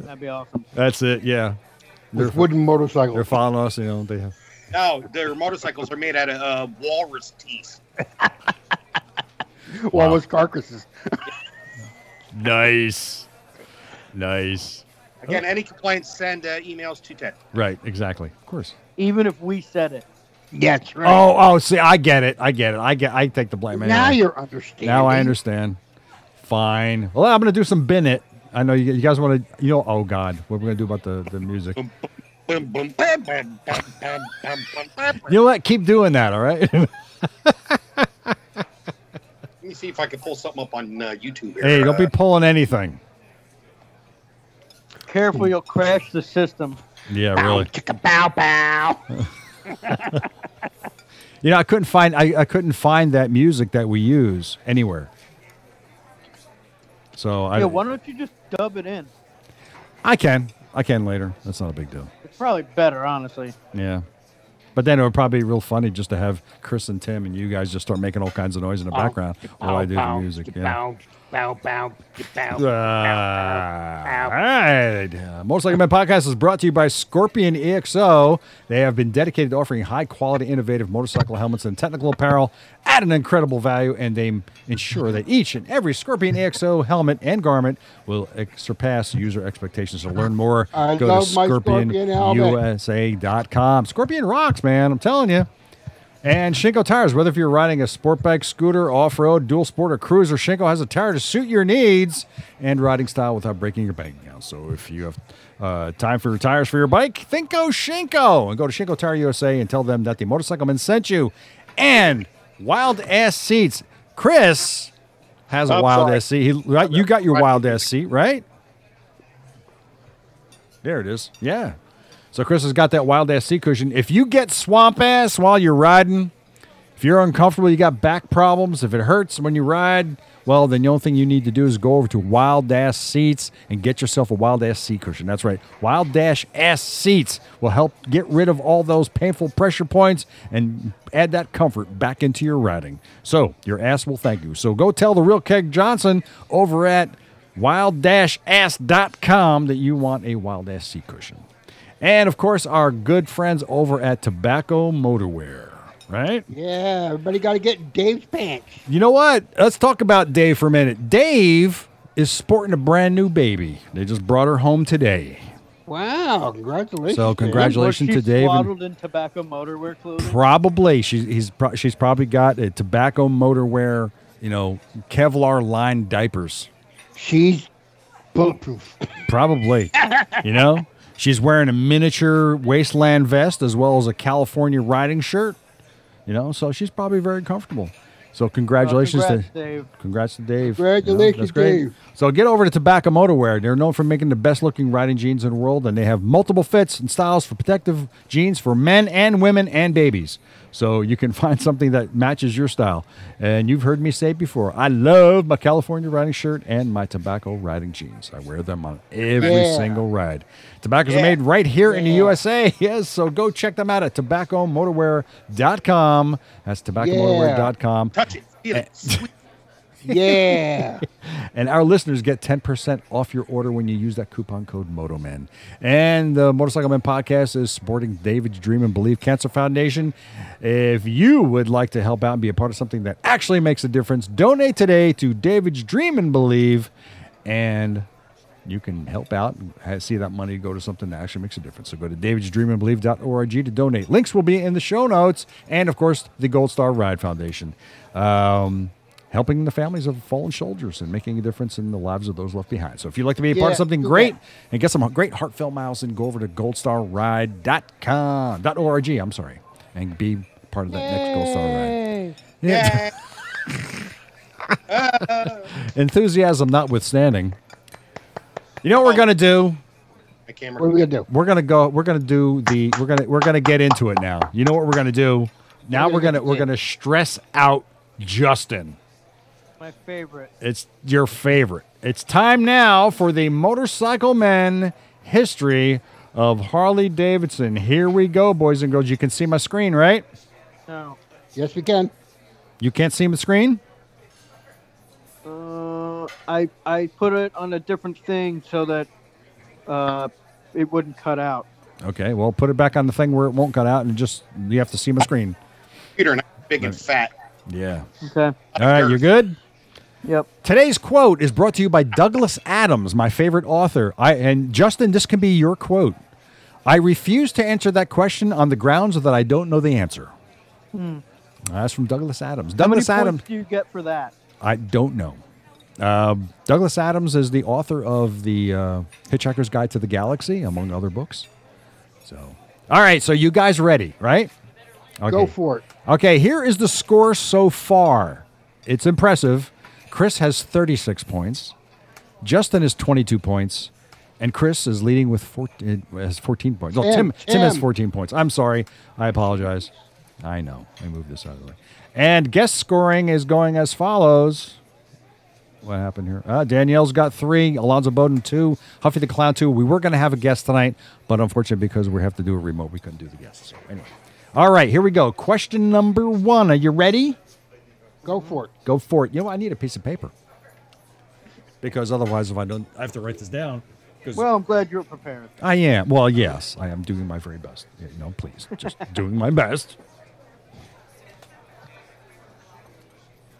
E: That'd be awesome.
D: That's it. Yeah.
B: With wooden
D: They're
B: motorcycles.
D: following us. You know, they have.
C: No, their motorcycles are made out of uh, walrus teeth.
B: Well, those carcasses.
D: Nice. Nice.
C: I Again, any complaints, send uh, emails to Ted.
D: Right, exactly. Of course.
E: even if we said it.
B: Yeah, that's right.
D: Oh, oh, see, I get it. I get it. I get I take the blame.
B: now
D: anyway.
B: you're understanding.
D: Now I understand. Fine. Well, I'm going to do some Bennett. I know you, you guys want to, you know, oh God, what we're going to do about the, the music. You
C: Boom, boom, bam, bam, bam, bam, bam, bam, bam.
D: know what? Keep doing that, all right? *laughs*
C: Let me see if I can pull something up on uh, YouTube. Here.
D: hey, don't be
C: Uh,
D: pulling anything.
E: Careful, you'll crash the system.
D: Yeah,
B: Bow,
D: really.
B: chicka bow bow.
D: You know, I couldn't find I, I couldn't find that music that we use anywhere. So I
E: yeah, why don't you just dub it in?
D: I can. I can later. That's not a big deal.
E: It's probably better, honestly.
D: Yeah. But then it would probably be real funny just to have Chris and Tim and you guys just start making all kinds of noise in the background while I do the music. Yeah.
B: Bow, bow, bow, bow,
D: all right. Uh, Motorcycle Man Podcast is brought to you by Scorpion EXO. They have been dedicated to offering high quality, innovative motorcycle helmets and technical apparel at an incredible value, and they ensure that each and every Scorpion EXO helmet and garment will ex- surpass user expectations. To learn more,
B: I
D: go
B: love
D: to
B: my Scorpion helmet.
D: scorpionusa.com. Scorpion rocks, man. I'm telling you. And Shinko tires, whether if you're riding a sport bike, scooter, off road, dual sport, or cruiser, Shinko has a tire to suit your needs and riding style without breaking your bank account. So if you have uh, time for your tires for your bike, think of Shinko and go to Shinko Tire USA and tell them that the motorcycle man sent you. And wild ass seats. Chris has a
C: I'm
D: wild
C: sorry.
D: ass seat. He, right, you got your wild ass seat, right? There it is. Yeah. So Chris has got that wild ass seat cushion. If you get swamp ass while you're riding, if you're uncomfortable, you got back problems, if it hurts when you ride, well, then the only thing you need to do is go over to Wild Ass Seats and get yourself a Wild Ass Seat Cushion. That's right. Wild Dash Ass Seats will help get rid of all those painful pressure points and add that comfort back into your riding. So your ass will thank you. So go tell the real Keg Johnson over at wild-ass.com that you want a Wild Ass Seat Cushion. And of course, our good friends over at Tobacco Motorwear, right?
B: Yeah, everybody got to get in Dave's pants.
D: You know what? Let's talk about Dave for a minute. Dave is sporting a brand new baby. They just brought her home today.
B: Wow, congratulations.
D: So
B: Dave.
D: congratulations. Congratulations
E: Was she
D: to Dave and-
E: Swaddled in tobacco motorwear clothing.
D: Probably she's he's pro- she's probably got a tobacco motorwear, you know, Kevlar lined diapers.
B: She's bulletproof. *laughs*
D: Probably. you know, she's wearing a miniature wasteland vest as well as a California riding shirt. You know, so she's probably very comfortable. So
E: Well,
D: congratulations
E: Uh, congrats,
D: to
E: Dave.
D: Congrats to Dave.
B: Congratulations,
D: that's great.
B: Dave.
D: So get over to Tobacco Motorwear. They're known for making the best looking riding jeans in the world, and they have multiple fits and styles for protective jeans for men and women and babies. So you can *laughs* find something that matches your style. And you've heard me say it before, I love my California riding shirt and my tobacco riding jeans. I wear them on every
B: Yeah.
D: single ride. Tobaccos are
C: Yeah.
D: made right here in the
B: Yeah.
D: USA. *laughs* Yes, so go check them out at tobaccomotorwear.com. That's tobaccomotorwear.com.
C: Touch it. Feel
D: Eh.
C: it. Sweet.
B: Yeah.
D: And our listeners get 10% off your order when you use that coupon code MOTOMEN. And the Motorcycle Men podcast is supporting David's Dream and Believe Cancer Foundation. If you would like to help out and be a part of something that actually makes a difference, donate today to David's Dream and Believe. And you can help out and ha- see that money go to something that actually makes a difference. So go to davidsdreamandbelieve.org to donate. Links will be in the show notes and, of course, the Gold Star Ride Foundation. Um, helping the families of fallen soldiers and making a difference in the lives of those left behind. So if you'd like to be a part
B: Yeah,
D: of something
B: do
D: great
B: that.
D: and get some great heartfelt miles, then go over to goldstarride.com, dot .org, I'm sorry, and be part of that next Gold Star Ride. Yeah.
C: Yeah.
D: Enthusiasm notwithstanding. You know what we're going to
C: My
D: do?
B: What are
C: camera.
B: we going to do?
D: we're gonna go we're gonna do the we're gonna we're gonna get into it now you know what we're gonna do now we're
B: We're gonna
D: gonna we're
B: get-
D: gonna stress out justin
E: My favorite.
D: it's your favorite it's time now for the motorcycle men history of harley davidson here we go boys and girls you can see my screen right
E: No.
B: Yes, we can.
D: you can't see my screen
E: Uh, I I put it on a different thing so that uh, it wouldn't cut out.
D: okay well put it back on the thing where it won't cut out and just you have to see my screen
C: Computer, and I'm big and fat.
D: yeah
E: Okay.
D: all right you're good
E: Yep.
D: Today's quote is brought to you by Douglas Adams, my favorite author. I and Justin, this can be your quote. I refuse to answer that question on the grounds that I don't know the answer. That's from Douglas Adams.
E: How many
D: Douglas Adams.
E: points do you get for that?
D: I don't know. Um Douglas Adams is the author of the uh, Hitchhiker's Guide to the Galaxy, among other books. So, all right. So you guys ready, right? Okay.
B: Go for it.
D: Okay, here is the score so far. It's impressive. Chris has 36 points. Justin is 22 points. And Chris is leading with 14, uh, has 14 points. Oh,
B: Tim,
D: Tim, Tim, has
B: Tim.
D: 14 points. I'm sorry. I apologize. I know. I moved this out of the way. And guest scoring is going as follows. What happened here? Uh, Danielle's got three. Alonzo Bowden, two. Huffy the Clown, two. We were going to have a guest tonight, but unfortunately, because we have to do a remote, we couldn't do the guest. So, anyway. All right, here we go. Question number one. Are you ready?
B: Go for it.
D: Go for it. You know, what? I need a piece of paper because otherwise, if I don't, I have to write this down. 'cause-
E: Well, I'm glad you're prepared.
D: I am. Well, yes, I am doing my very best. Yeah, No, please, *laughs* just doing my best.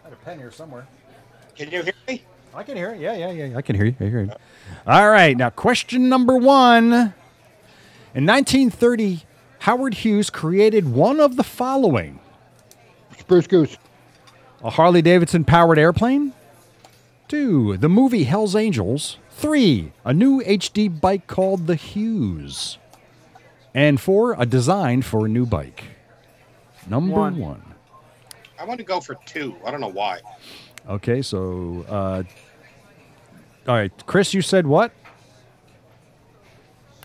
D: I had a pen here somewhere.
C: Can you hear me?
D: I can hear it. Yeah, yeah, yeah. yeah. I can hear you. I hear you. All right. Now, question number one. In 1930, Howard Hughes created one of the following
B: Spruce Goose.
D: a Harley Davidson powered airplane, two, the movie Hell's Angels, three, a new HD bike called the Hughes, and four, a design for a new bike. Number
E: One.
D: one.
C: I want to go for two. I don't know why.
D: Okay, so uh, all right, Chris, you said what?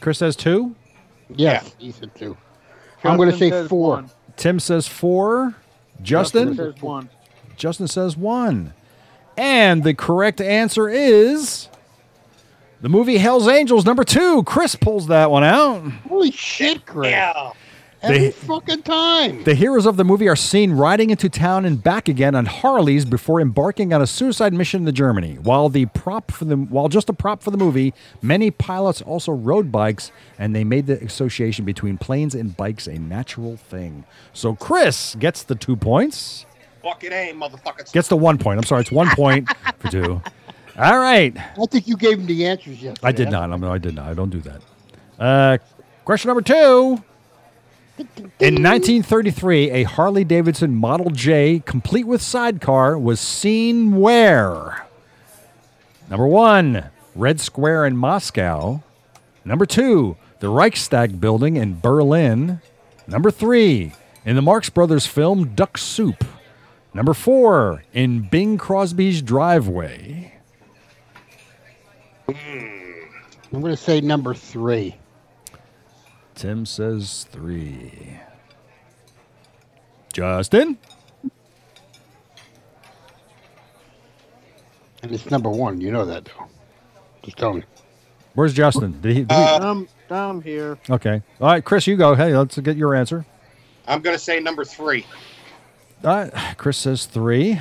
D: Chris says two.
B: Yes, he said two. I'm going to
E: Justin
B: say
E: says
B: four.
E: one.
D: Tim says four. Justin,
E: Justin
D: Justin,
E: says one.
D: says one. And the correct answer is the movie Hell's Angels number two. Chris pulls that one out.
B: Holy shit, Greg.
C: Yeah.
B: Every
D: They-
B: fucking time.
D: The heroes of the movie are seen riding into town and back again on Harleys before embarking on a suicide mission to Germany. While the prop for the while just a prop for the movie, many pilots also rode bikes, and they made the association between planes and bikes a natural thing. So Chris gets the two points,
C: Fucking A, motherfuckers.
D: gets the one point. I'm sorry, it's one point for two. All right,
B: I think you gave him the answers yesterday.
D: I did not. I'm, I did not. I don't do that. Uh, question number two. In 1933, a Harley Davidson Model J, complete with sidecar, was seen where? Number one, Red Square in Moscow. Number two, the Reichstag building in Berlin. Number three, in the Marx Brothers film Duck Soup. Number four, in Bing Crosby's driveway.
B: I'm going to say number three.
D: Tim says three. Justin?
B: And it's number one. You know that, though. Just telling you.
D: Where's Justin? Did he, did he-
C: Uh,
E: I'm, I'm here.
D: okay. All right, Chris, you go. Hey, let's get your answer.
C: I'm going to say number three.
D: Uh, Chris says three.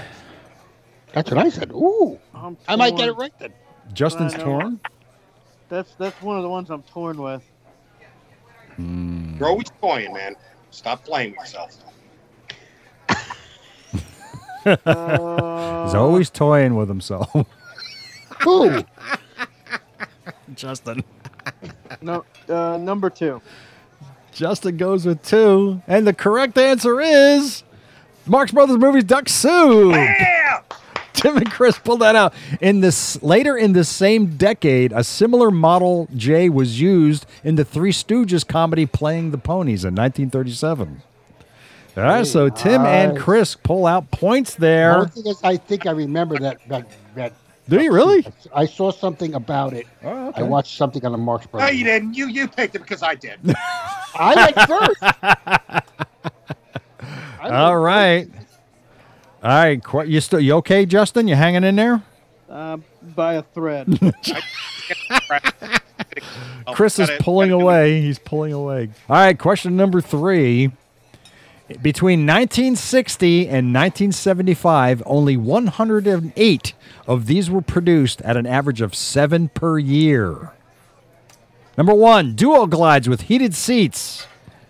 B: That's what I said. Ooh.
E: I'm
B: I might get it
E: torn.
B: right then.
D: Justin's
E: I know.
D: torn.
E: That's that's one of the ones I'm torn
D: *laughs*
E: with.
C: You're always toying, man. Stop playing myself.
E: Uh,
D: He's always toying with himself. *laughs*
B: Ooh.
D: Justin.
E: no, uh, number two.
D: Justin goes with two. And the correct answer is Marx Brothers movies Duck Soup.
C: Yeah.
D: Tim and Chris pulled that out. In this later in the same decade, a similar model J was used in the Three Stooges comedy "Playing the Ponies" in 1937. All right, so Tim and
B: nice.
D: Chris pull out points
B: The
D: there.
B: only thing is, I think I remember that. that, that
D: Do you really?
B: I saw something about it.
D: Oh,
B: I watched something on the Marx
C: No,
B: Brothers.
C: you didn't. You you picked it because I did.
D: *laughs*
B: I went first. I went
D: All
B: first.
D: right. All right, qu- you still you okay, Justin? You hanging in there?
E: Uh, by a
D: *laughs*
E: thread.
C: Oh,
D: Chris is
C: gotta-
D: pulling
C: gotta do
D: away. He's pulling away. All right, question number three. Between 1960 and 1975, only 108 of these were produced at an average of seven per year. Number one, duo glides with heated seats.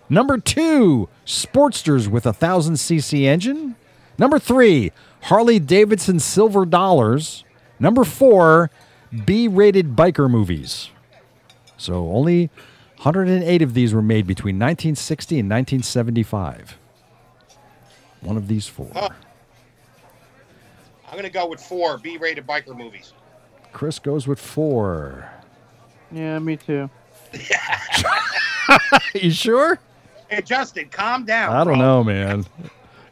D: Number two, Sportsters with a 1000cc engine. Number three, Harley Davidson Silver Dollars. Number four, B rated biker movies. So only 108 of these were made between 1960 and 1975. One of these four.
C: Huh. I'm gonna go with four B-rated biker movies.
D: Chris goes with four.
E: Yeah, me too.
D: you sure?
C: Hey, Justin, calm down.
D: I don't
C: bro.
D: know, man.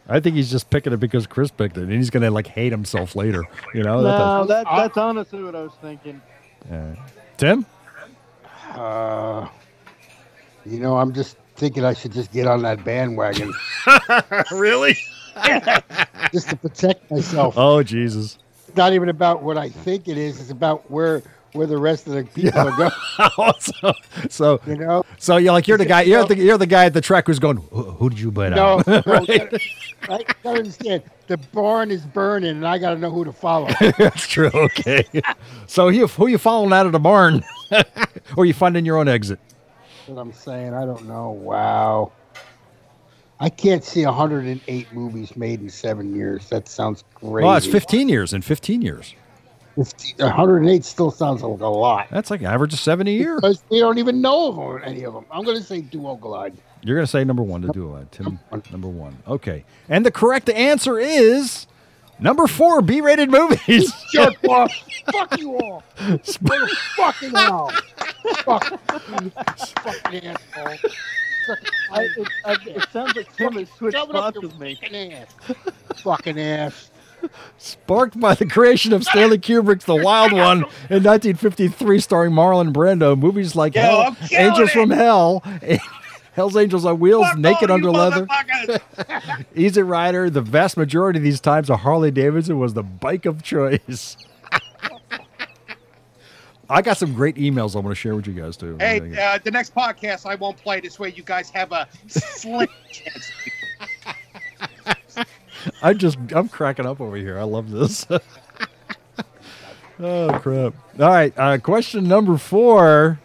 D: I think he's just picking it because Chris picked it, and he's gonna like hate himself later. You know? That
E: no,
D: doesn't-
E: Oh, that, that's honestly what I was thinking.
D: Yeah. Tim,
B: Uh, you know, I'm just thinking I should just get on that bandwagon
D: *laughs* really?
B: *laughs* just to protect myself.
D: Oh Jesus! *laughs*
B: It's not even about what I think it is. It's about where where the rest of the people are going.
D: so, so,
B: You know?
D: so you're like you're the guy. You're the you're the guy at the track who's going. Who, who did you bet
B: No,
D: *laughs* on?
B: no right? I gotta understand. The barn is burning, and I got to know who to
D: *laughs*
B: follow.
D: That's true. Okay. so you who you following out of the barn, *laughs* or you finding your own exit?
B: what I'm saying. I don't know. Wow. I can't see 108 movies made in seven years. That sounds crazy.
D: Well, it's 15 years. In 15 years,
B: 15 108 still sounds like a lot.
D: that's like an average of 70 a year.
B: Because we don't even know of 'em, any of them. I'm going to say Duo Glide.
D: You're gonna say number one to do it, Tim. Number one. Okay. And the correct answer is number four.
C: *laughs*
D: B-rated movies.
B: Jerk
D: *laughs*
B: off. Fuck you all. Little fucking hell. Fuck. You fucking asshole. Suck
E: I, it, I, it sounds like Tim has switched
B: Shove it up
E: spots
B: your
E: with me.
B: fucking ass. Fucking ass.
D: Sparked by the creation of Stanley Kubrick's The Wild One in 1953, starring Marlon Brando, movies like
C: Yo,
D: Hell,
C: I'm killing
D: Angels
C: it.
D: from Hell, *laughs* Hell's Angels on Wheels,
C: Fuck
D: Naked
C: all
D: Under
C: you
D: Leather,
C: motherfuckers.
D: Easy Rider. The vast majority of these times, a Harley Davidson was the bike of choice. *laughs* I got some great emails I'm going to share with you guys too.
C: hey, uh, the next podcast I won't play. This way, you guys have a slim *laughs* chance.
D: I just I'm cracking up over here. I love this. *laughs* oh crap! All right, uh, question number four.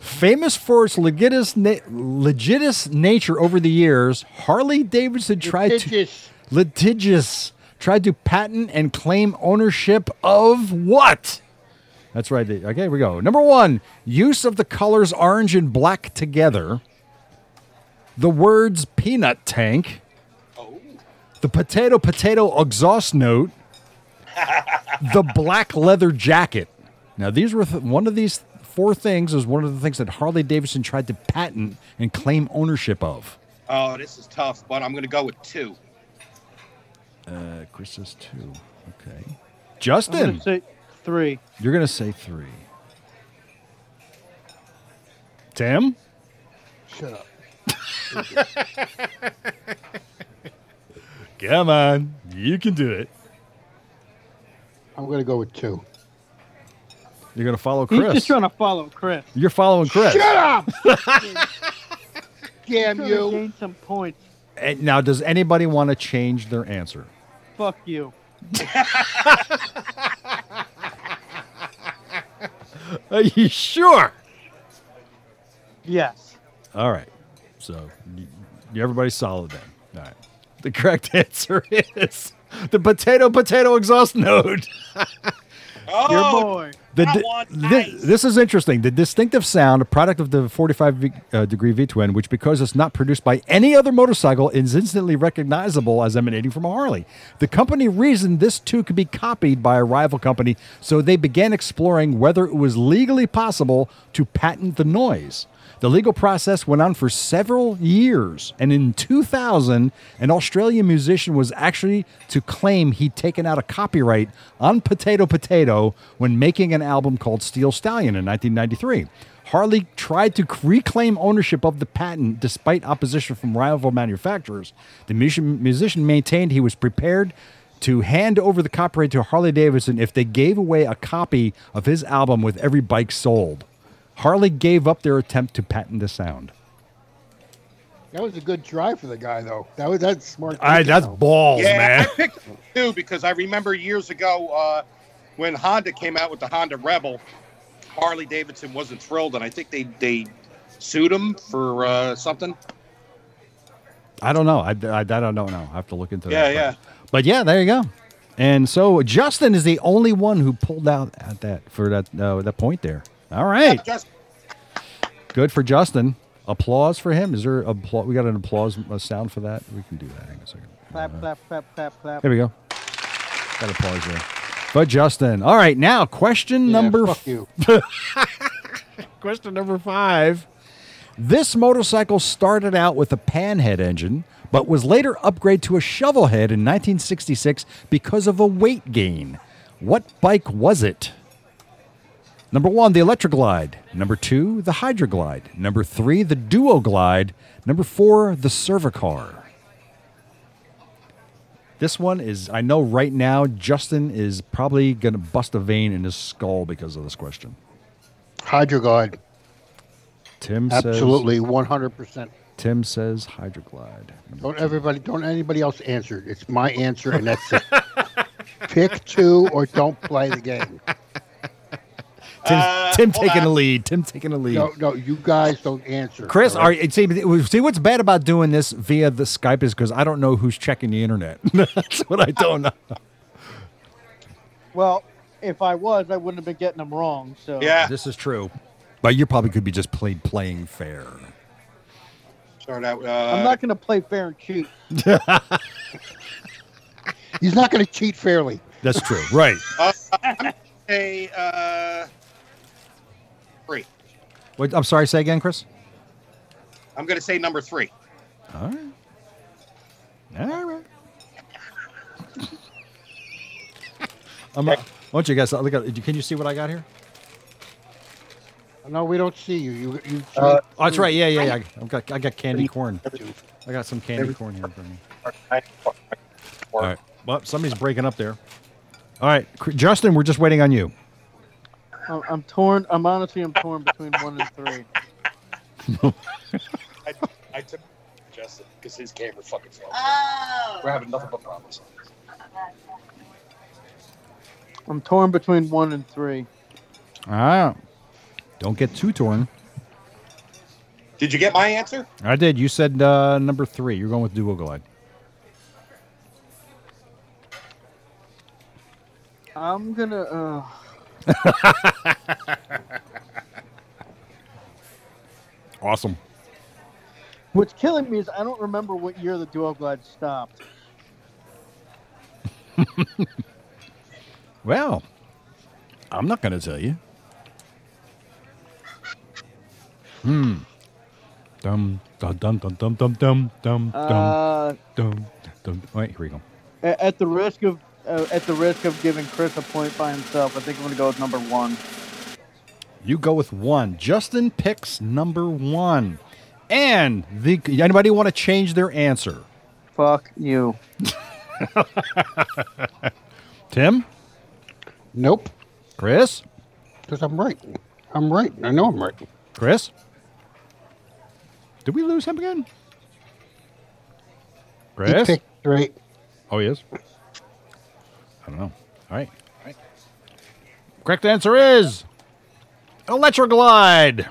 D: Famous for its legitist, na- legitist nature over the years, Harley Davidson tried to
B: Litigious.
D: litigious tried to patent and claim ownership of what? That's right. Okay, here we go. Number one, use of the colors orange and black together. The words peanut tank
C: Oh,
D: the potato potato exhaust note, the black leather jacket. Now, these were th- one of these four things is one of the things that Harley Davidson tried to patent and claim ownership of.
C: oh, this is tough, but I'm gonna go with two.
D: Uh, Chris says two. Okay,
E: I'm
D: Justin,
E: gonna say three.
D: you're gonna say three. Tim,
B: Shut up.
D: come on, you can do it.
B: I'm going to go with two.
D: You're gonna follow
E: He's
D: Chris.
E: just trying to follow Chris.
D: you're following Chris.
B: Shut
D: *laughs*
B: up! Damn
E: Trying to
B: you.
E: gain some points.
D: And now, does anybody want to change their answer?
E: Fuck you.
D: Are you sure?
E: Yes.
D: All right. So y- everybody's solid then. All right. The correct *laughs* answer is the potato potato exhaust node.
C: Oh,
E: Your boy.
D: The
C: That
D: di-
C: one,
D: thi-
C: nice.
D: This is interesting. The distinctive sound, a product of the 45 v- uh, degree V twin, which because it's not produced by any other motorcycle, is instantly recognizable as emanating from a Harley. The company reasoned this too could be copied by a rival company, so they began exploring whether it was legally possible to patent the noise. The legal process went on for several years, and in 2000, an Australian musician was actually to claim he'd taken out a copyright on Potato Potato when making an album called Steel Stallion in 1993. Harley tried to c- reclaim ownership of the patent despite opposition from rival manufacturers. The musi- musician maintained he was prepared to hand over the copyright to Harley Davidson if they gave away a copy of his album with every bike sold. Harley gave up their attempt to patent the sound.
B: That was a good try for the guy, though. That was that's smart. thinking,
D: balls,
C: yeah, I picked two because I remember years ago uh, when Honda came out with the Honda Rebel, Harley Davidson wasn't thrilled, and I think they they sued him for uh, something.
D: I don't know. I, I, I don't know now. I have to look into
C: Yeah,
D: that.
C: yeah.
D: But, But yeah, there you go. And so Justin is the only one who pulled out at that for that uh, that point there. All right,
C: Just
D: good for Justin. Applause for him. Is there applause? We got an applause uh, sound for that. We can do that. Hang on a second.
E: Clap, clap, clap, clap, clap.
D: There we go. Got applause there. But Justin, all right, now question
B: Yeah,
D: number
B: fuck you.
D: Question number five. This motorcycle started out with a panhead engine, but was later upgraded to a shovel head in 1966 because of a weight gain. What bike was it? Number one, the Electroglide. Number two, the Hydroglide. Number three, the Duoglide. Number four, the Cervicar. This one is, I know right now, Justin is probably going to bust a vein in his skull because of this question.
B: Hydroguard.
D: Tim says-
B: Absolutely, one hundred percent.
D: Tim says hydroglide.
B: Don't everybody, don't anybody else answer. It's my answer, and that's it. Pick two or don't play the game.
D: Tim's,
C: Uh,
D: Tim
C: hold
D: taking
C: on.
D: a lead. Tim taking a lead.
B: No, no, you guys don't answer.
D: Chris,
B: all
D: are
B: right?
D: you see, see what's bad about doing this via the Skype is because I don't know who's checking the internet. *laughs* That's what I
C: *laughs*
D: don't know.
E: Well, if I was, I wouldn't have been getting them wrong. So
C: yeah.
D: This is true. But you probably could be just played playing fair.
C: Start out. Uh,
E: I'm not going to play fair and cheat.
B: He's not going to cheat fairly.
D: That's true. Right.
C: say, uh, three.
D: Wait, I'm sorry, say again, Chris.
C: I'm going to say number three.
D: All right. All right. I'm, why don't you guys look at can you see what I got here?
B: No, we don't see you. You, you cheat.
C: Uh,
D: Oh, that's right. Yeah, yeah, yeah. I got, I got candy corn.
C: Every-
D: I got some candy corn here for me.
C: All
D: All right. Well, somebody's breaking up there. All right, Cr- Justin, we're just waiting on you.
E: I'm, I'm torn. I'm honestly, I'm torn between one and three.
C: I, I took Justin because his camera fucking fell. We're
A: Oh.
C: having nothing but problems.
E: I'm torn between one and three.
D: Ah, don't get too torn.
C: Did you get my answer?
D: I did. You said uh, number three. You're going with Duo Glide.
E: I'm gonna. Uh,
D: Awesome.
E: what's killing me is I don't remember what year the dual glide stopped.
D: Well, I'm not going to tell you. Hmm. Dum dum dum dum dum dum dum dum dum
E: Uh,
D: dum dum. All right, here we go.
E: a- at the risk of uh, at the risk of giving Chris a point by himself, I think I'm gonna go with number one.
D: You go with one. Justin picks number one. And the anybody want to change their answer?
E: Fuck you.
D: Tim,
B: nope,
D: Chris,
B: because I'm right. I'm right. I know I'm right.
D: Chris. Did we lose him again?
B: He
D: Chris.
B: picked three.
D: oh, he is. I don't know. All right. All right. Correct answer is Electroglide.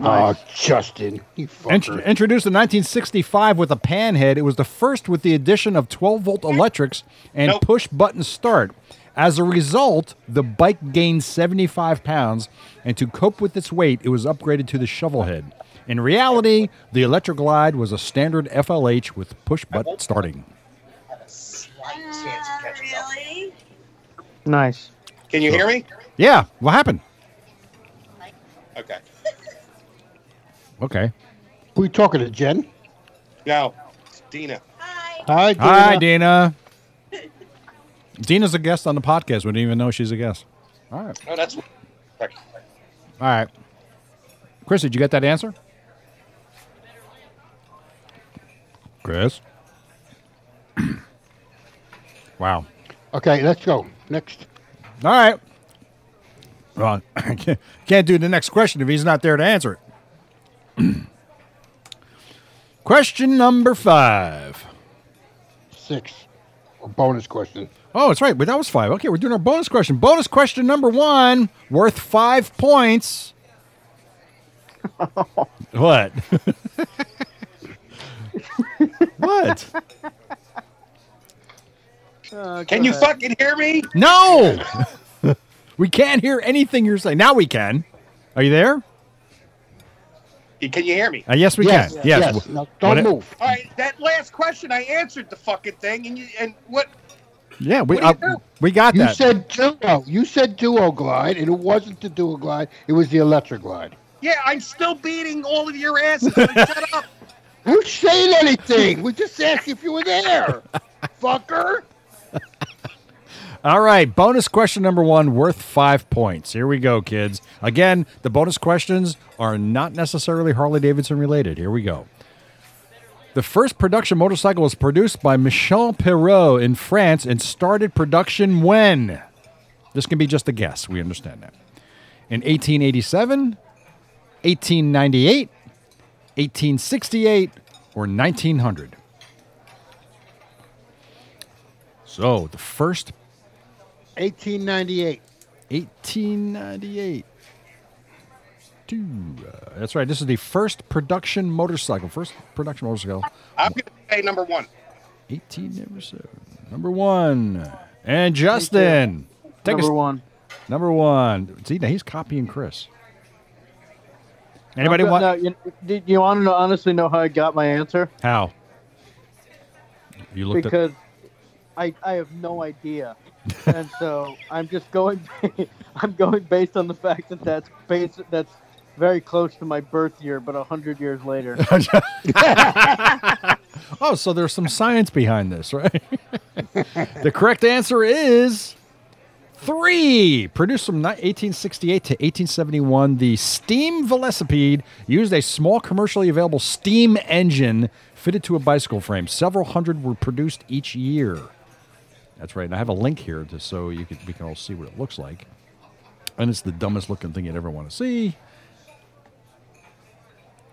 B: Oh, Justin, you
D: Int-
B: fucker.
D: introduced in 1965 with a panhead, it was the first with the addition of 12 volt electrics and
C: Nope.
D: push button start. As a result, the bike gained 75 pounds, and to cope with its weight, it was upgraded to the shovel head. In reality, the Electroglide was a standard FLH with push button starting.
A: Uh, really?
E: Nice.
C: Can you hear me?
D: Yeah, what happened?
C: Okay.
D: Okay.
B: Who you talking to, Jen?
C: Now, it's Dina.
A: Hi.
B: Hi, Dana.
D: Hi, Dana. *laughs* Dina's a guest on the podcast. We didn't even know she's a guest. All right.
C: Oh, that's. Okay.
D: All right. Chris, did you get that answer? Chris? *clears throat* wow.
B: Okay, let's go next.
D: All right. Well, can't- *coughs* can't do the next question if he's not there to answer it. question number five.
B: Six. A bonus question.
D: Oh, that's right. But that was five. Okay, we're doing our bonus question. Bonus question number one, worth five points. *laughs* what? what?
E: Uh,
C: Can
E: go
C: you
E: ahead.
C: fucking hear me?
D: No! we can't hear anything you're saying. Now we can. Are you there?
C: Can you hear me?
D: Uh, yes, we
B: yes,
D: can.
B: yes.
D: Yes.
B: No, don't
D: What-
B: move.
C: All right, that last question I answered the fucking thing, and you and what?
D: Yeah, we,
C: What do you
D: uh,
C: do?
D: we got
B: You
D: that.
B: said duo. You said duo glide, and it wasn't the duo glide. It was the electric glide.
C: Yeah, I'm still beating all of your asses. Like, shut up.
B: Who's saying anything? We just asked if you were
D: *laughs*
B: there, fucker.
D: All right, bonus question number one, worth five points. Here we go, kids. Again, the bonus questions are not necessarily Harley Davidson related. Here we go. The first production motorcycle was produced by Michel Perrault in France and started production when? This can be just a guess. We understand that. In 1887, 1898, 1868, or 1900. So, the first
B: 1898.
D: 1898. Two. Uh, that's right. This is the first production motorcycle. First production motorcycle.
C: I'm gonna say number one.
D: 1897. Number one. And Justin. Take
E: number
D: us,
E: one.
D: Number one. See, now he's copying Chris. Anybody want?
E: No, you, do you want to know, honestly know how I got my answer?
D: How? You looked at.
E: because I, I have
D: *laughs*
E: no idea, and so I'm just going *laughs* I'm going based on the fact that that's based, that's very close to my birth year, but a hundred years
D: *laughs*
E: later.
D: Oh, so there's some science behind this, right? *laughs* the correct answer is three. Produced from ni- 1868 to 1871, the steam velocipede used a small commercially available steam engine fitted to a bicycle frame. Several hundred were produced each year. That's right. And I have a link here to, so you can, we can all see what it looks like. And it's the dumbest looking thing you'd ever want to see.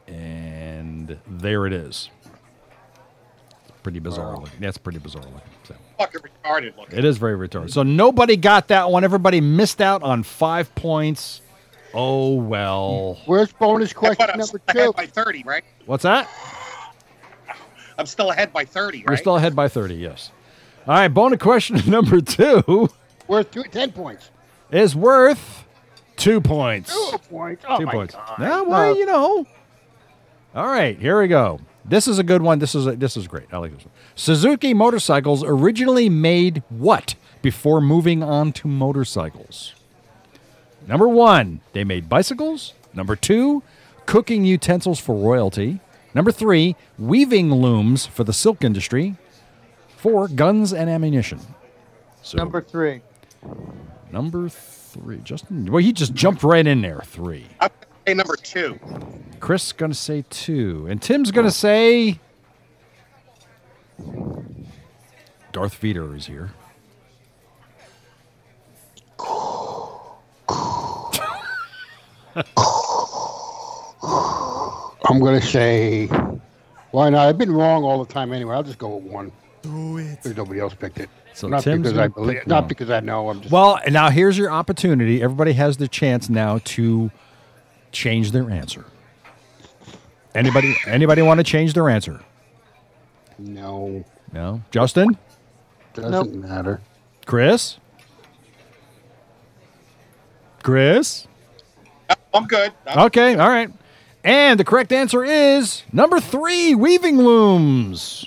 D: And there it is. Pretty bizarre looking. That's pretty bizarre looking. So.
C: Fucking retarded looking.
D: It is very retarded. So nobody got that one. Everybody missed out on five points. Oh well.
B: Where's bonus
C: That's
B: question
C: what, I'm
B: number
C: still ahead
B: two?
C: by thirty, right?
D: What's that?
C: I'm still ahead by thirty,
D: You're
C: right?
D: still ahead by thirty. Yes. All right. Bonus question *laughs* number two
B: Worth two, ten points.
D: is worth two points.
B: Two points. Oh
D: Two
B: my
D: points.
B: God.
D: Yeah, well,
E: Uh,
D: you know. All right, here we go. This is a good one. This is a, this is great. I like this one. Suzuki motorcycles originally made what before moving on to motorcycles? Number one, they made bicycles. Number two, cooking utensils for royalty. Number three, weaving looms for the silk industry. Four, guns and ammunition. So
E: Number three.
D: number three, Justin. Well, he just jumped right in there. Three.
C: I'm gonna say number two.
D: Chris gonna say two, and Tim's gonna say Darth Vader is here.
B: I'm gonna say, why not? I've been wrong all the time anyway. I'll just go with one. Because nobody else picked it.
D: So
B: not
D: Tim's
B: because
D: gonna
B: I believe,
D: pick
B: not
D: one.
B: because I know. I'm just.
D: Well, now here's your opportunity. Everybody has the chance now to change their answer. Anybody? Anybody want to change their answer?
B: no,
D: No. Justin,
B: doesn't
E: Nope.
B: matter.
D: Chris, Chris.
C: I'm good. I'm
D: Okay, all right. And the correct answer is number three, weaving looms.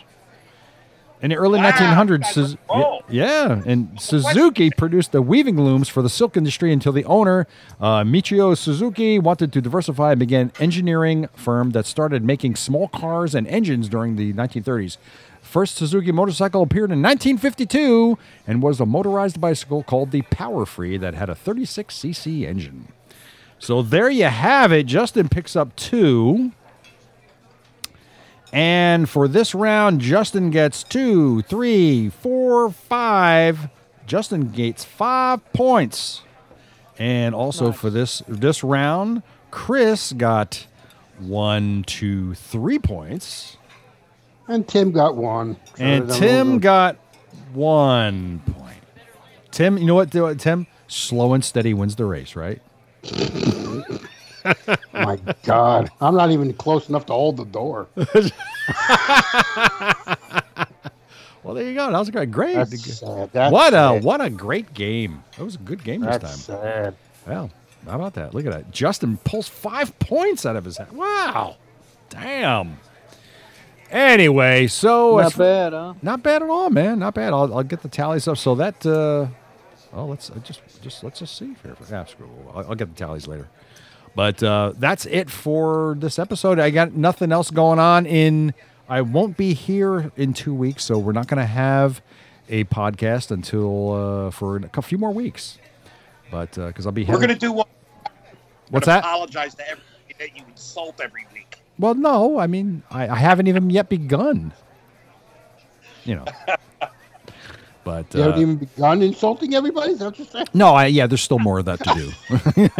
D: In the early
C: Wow,
D: 1900s,
C: you guys
D: Suz-
C: were wrong.
D: yeah, and Suzuki produced the weaving looms for the silk industry until the owner, uh, Michio Suzuki, wanted to diversify and began engineering firm that started making small cars and engines during the 1930s. First Suzuki motorcycle appeared in 1952 and was a motorized bicycle called the Power Free that had a 36cc engine. So there you have it. Justin picks up two. And for this round, Justin gets two, three, four, five. Justin gets five points. And also for this this round, Chris got one, two, three points.
B: And Tim got one. So
D: And
B: then
D: Tim
B: we'll-
D: got one point. Tim, you know what, Tim? Slow and steady wins the race, right?
B: My God, I'm
D: *laughs*
B: not even close enough to hold the door.
D: Well, there you go. That was great. Great.
B: That's sad. That's
D: what a
B: sad.
D: what a great game. It was a good game this
B: That's
D: time.
B: sad.
D: Wow. How about that? Look at that. Justin pulls five points out of his hat. Wow. Damn. Anyway, so as-
E: Not bad, huh?
D: not bad at all, man. Not bad. I'll, I'll get the tallies up. So that, uh, oh, let's I just just let's just see here. Yeah, screw. it. I'll, I'll get the tallies later. But uh, that's it for this episode. I got nothing else going on. In I won't be here in two weeks, so we're not going to have a podcast until uh, for a cou- few more weeks. But because I'll be
C: We're
D: heading-
C: gonna do one.
D: what's
C: gonna
D: that?
C: Apologize to everybody that you insult every week.
D: Well, no, I mean, I, I haven't even yet begun. You know, but
B: You
D: uh,
B: haven't even begun insulting everybody. Is that what you're saying?
D: no, I yeah, there's still more of that to do. *laughs*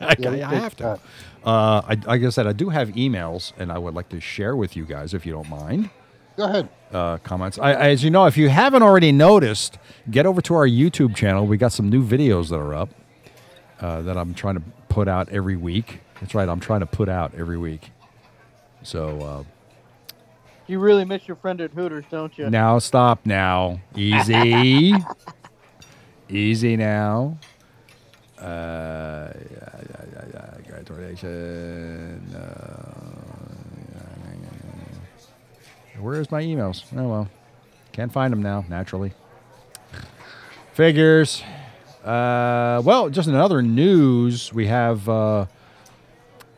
D: I,
B: Yeah,
D: I-
B: we
D: I
B: did
D: have to.
B: that.
D: Uh, I, like I said, I do have emails, and I would like to share with you guys, if you don't mind,
B: Go ahead.
D: uh, comments. I, as you know, if you haven't already noticed, get over to our YouTube channel. We got some new videos that are up uh, that I'm trying to put out every week. That's right, I'm trying to put out every week. So. Uh,
E: You really miss your friend at Hooters, don't you?
D: Now stop now. Easy. Easy now. Uh, yeah, yeah, yeah, yeah. graduation. Uh, where's my emails? Oh well, can't find them now. Naturally. Figures. Uh, well, just in other news, we have uh,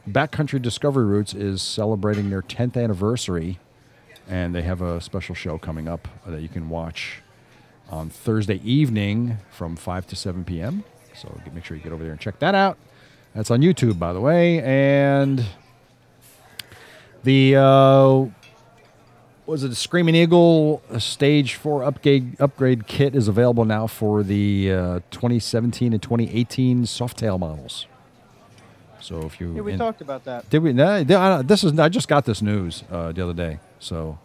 D: Backcountry Discovery Routes is celebrating their 10th anniversary and they have a special show coming up that you can watch on Thursday evening from 5 to 7 p.m. So get- make sure you get over there and check that out. That's on YouTube, by the way. And the uh, was it Screaming Eagle uh, Stage 4 upgrade, upgrade kit is available now for the uh, 2017 and 2018 Softail models. So if you
E: Yeah, we
D: and-
E: talked about that.
D: did we? No, I don't- this is. I just got this news uh, the other day, so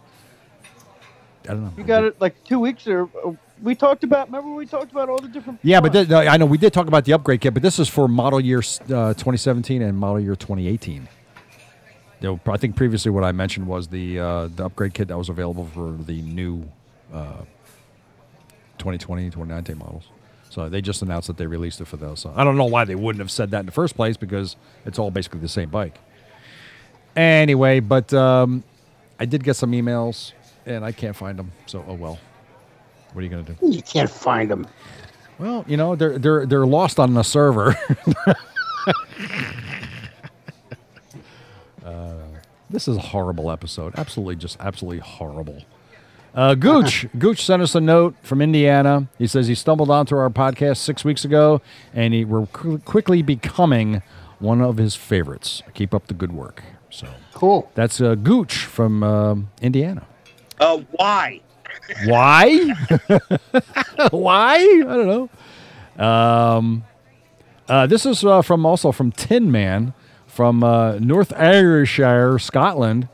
D: I don't know.
E: You got it like two weeks or or- we talked about. Remember we talked about all the different.
D: Yeah, but
E: fronts?
D: th- I know we did talk about the upgrade kit, but this is for model year uh, 2017 and model year 2018. There were- I think previously what I mentioned was the uh, the upgrade kit that was available for the new uh, 2020 2019 models. So they just announced that they released it for those. So I don't know why they wouldn't have said that in the first place because it's all basically the same bike. Anyway, but um, I did get some emails and I can't find them. So oh well. What are you gonna do?
B: You can't find them.
D: Well, you know, they're they're they're lost on the server. *laughs* Uh, this is a horrible episode. Absolutely, just absolutely horrible. Uh, Gooch Gooch sent us a note from Indiana. He says he stumbled onto our podcast six weeks ago, and he we're qu- quickly becoming one of his favorites. Keep up the good work. So
B: Cool.
D: that's uh, Gooch from um Indiana.
C: Uh, why?
D: Why? Why? I don't know. Um, uh, this is uh, from also from Tin Man from uh, North Ayrshire, Scotland.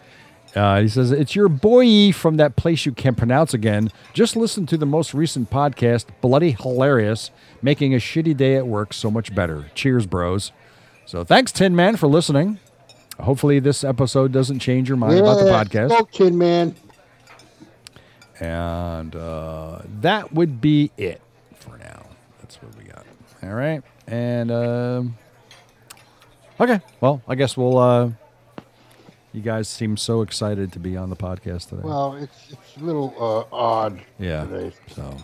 D: Uh, he says, It's your boy from that place you can't pronounce again. Just listen to the most recent podcast, Bloody Hilarious, making a shitty day at work so much better. Cheers, bros. So thanks, Tin Man, for listening. Hopefully, this episode doesn't change your mind about the podcast.
B: Go, Tin Man.
D: And uh, that would be it for now. That's what we got. All right. And um, okay. Well, I guess we'll. Uh, you guys seem so excited to be on the podcast today.
B: Well, it's it's a little uh, odd.
D: yeah.
B: today.
D: So. All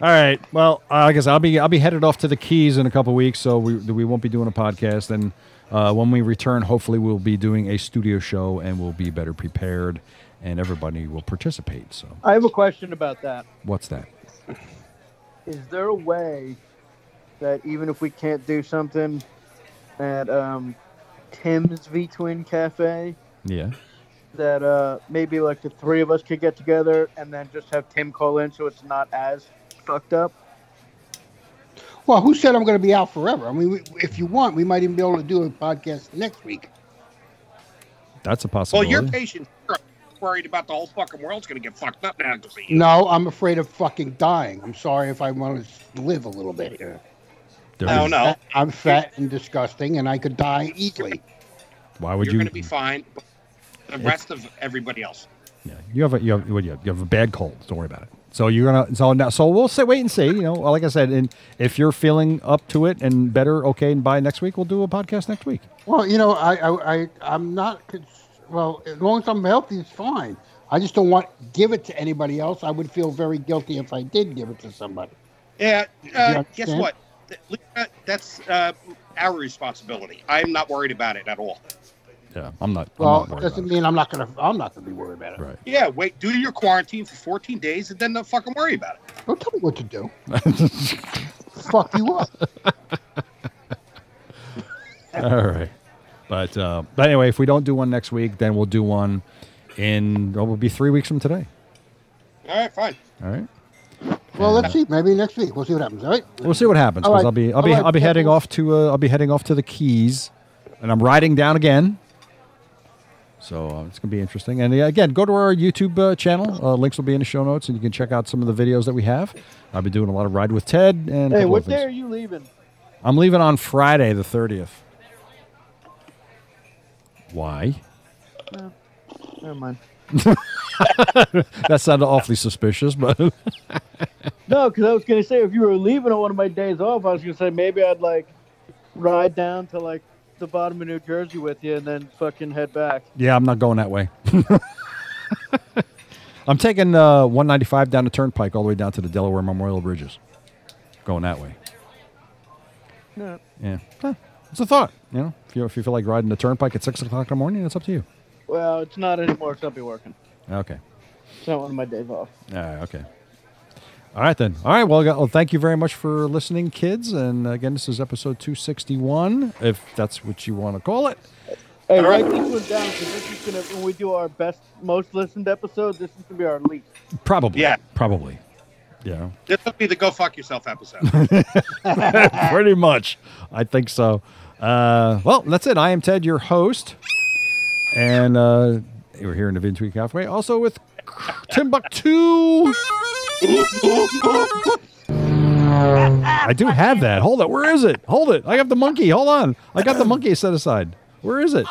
D: right. Well, uh, I guess I'll be I'll be headed off to the Keys in a couple weeks, so we we won't be doing a podcast. And uh, when we return, hopefully we'll be doing a studio show, and we'll be better prepared, and everybody will participate. So,
E: I have a question about that.
D: what's that?
E: Is there a way that even if we can't do something at um, Tim's V Twin Cafe,
D: Yeah.
E: that uh, maybe like the three of us could get together and then just have Tim call in so it's not as fucked up?
B: Well, who said I'm going to be out forever? I mean, we, if you want, we might even be able to do a podcast next week.
D: That's a
C: Well,
D: possibility.
C: your patient worried about the whole fucking world's gonna get fucked up now because of you.
B: No, I'm afraid of fucking dying. I'm sorry if I want to live a little bit here.
D: There
C: I don't
D: is-
C: know.
B: I'm fat and disgusting, and I could die easily.
D: Why would
C: You're
D: you?
C: gonna be fine. but The rest of everybody else.
D: Yeah, you have a you have, what do you, have? you have a bad cold. Don't worry about it. So you're gonna so now so we'll sit wait and see. You know, like I said, and if you're feeling up to it and better, okay, and by next week we'll do a podcast next week.
B: Well, you know, I, I, I I'm not. cons- Well, as long as I'm healthy, it's fine. I just don't want give it to anybody else. I would feel very guilty if I did give it to somebody.
C: Yeah. Uh, guess
B: understand?
C: what? Th- Lisa, That's uh, our responsibility. I'm not worried about it at all.
D: Yeah, I'm not.
B: Well,
D: I'm not
B: it
D: worried
B: doesn't
D: about
B: mean I'm not gonna. I'm not gonna be worried about it.
D: it. right. *laughs*
C: Yeah. Wait. Do your quarantine for 14 days and then don't fucking worry about it.
B: Don't tell me what to
D: *laughs*
B: do. Fuck you up.
D: All right. But uh, but anyway, if we don't do one next week, then we'll do one in oh, will be three weeks from today.
C: All right. Fine.
D: All right.
B: Well, let's see. Maybe next week we'll see what happens. All right.
D: We'll see what happens
B: All
D: because
B: right.
D: I'll be I'll be
B: All right.
D: I'll be heading off to uh, I'll be heading off to the Keys, and I'm riding down again. So uh, it's gonna be interesting. And uh, again, go to our YouTube uh, channel. Uh, links will be in the show notes, and you can check out some of the videos that we have. I'll be doing a lot of ride with Ted and a
E: Hey,
D: couple
E: what
D: of things.
E: day are you leaving?
D: I'm leaving on Friday the thirtieth. Why? *laughs*
E: Never mind.
D: That sounded awfully suspicious, but *laughs*
E: No, because I was gonna say if you were leaving on one of my days off, I was gonna say maybe I'd like ride down to like the bottom of New Jersey with you and then fucking head back.
D: Yeah, I'm not going that way. *laughs* I'm taking uh, 195 down the turnpike all the way down to the Delaware Memorial Bridges. Going that way.
E: No.
D: Yeah. Huh. It's a thought. You know, if you, if you feel like riding the turnpike at 6 o'clock in the morning, it's up to you.
E: Well, it's not anymore. It's not be working.
D: Okay.
E: It's not one of my days off.
D: All right. Okay. All right, then. All right. Well, I got- well, thank you very much for listening, kids. And again, this is episode 261, if that's what you want to call it.
E: Hey,
C: All right.
E: write this one down because this is gonna when we do our best, most listened episode. This is gonna be our least.
D: Probably.
C: Yeah.
D: Probably. Yeah.
C: This will be the go fuck yourself episode.
D: *laughs* Pretty much. I think so. Uh, well, that's it. I am Ted, your host. And uh, we're here in the Vintage Halfway, also with Timbuktu. I do have that. Hold it. Where is it? Hold it. I got the monkey. Hold on. I got the monkey set aside. Where is it?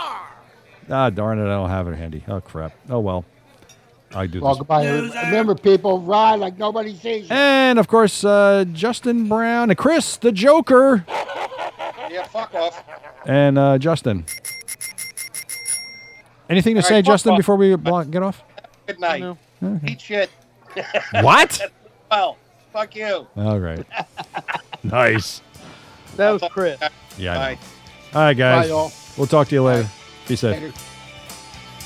D: Ah, darn it. I don't have it handy. Oh, crap. Oh, well. I do
B: Well,
D: this.
B: goodbye. Remember, people, ride like nobody sees you.
D: And of course, uh, Justin Brown and Chris, the Joker,
C: yeah. Fuck off.
D: and uh, Justin. Anything to
C: All
D: say,
C: right, fuck
D: Justin,
C: off.
D: before we block, get off?
C: Good night.
E: No.
C: Eat shit.
D: What?
C: Well. Fuck you.
D: All right. nice.
E: That was Chris.
D: Yeah. I know.
C: Bye.
D: All right, guys.
B: Bye, y'all.
D: We'll talk to you later. Be safe.
B: Later.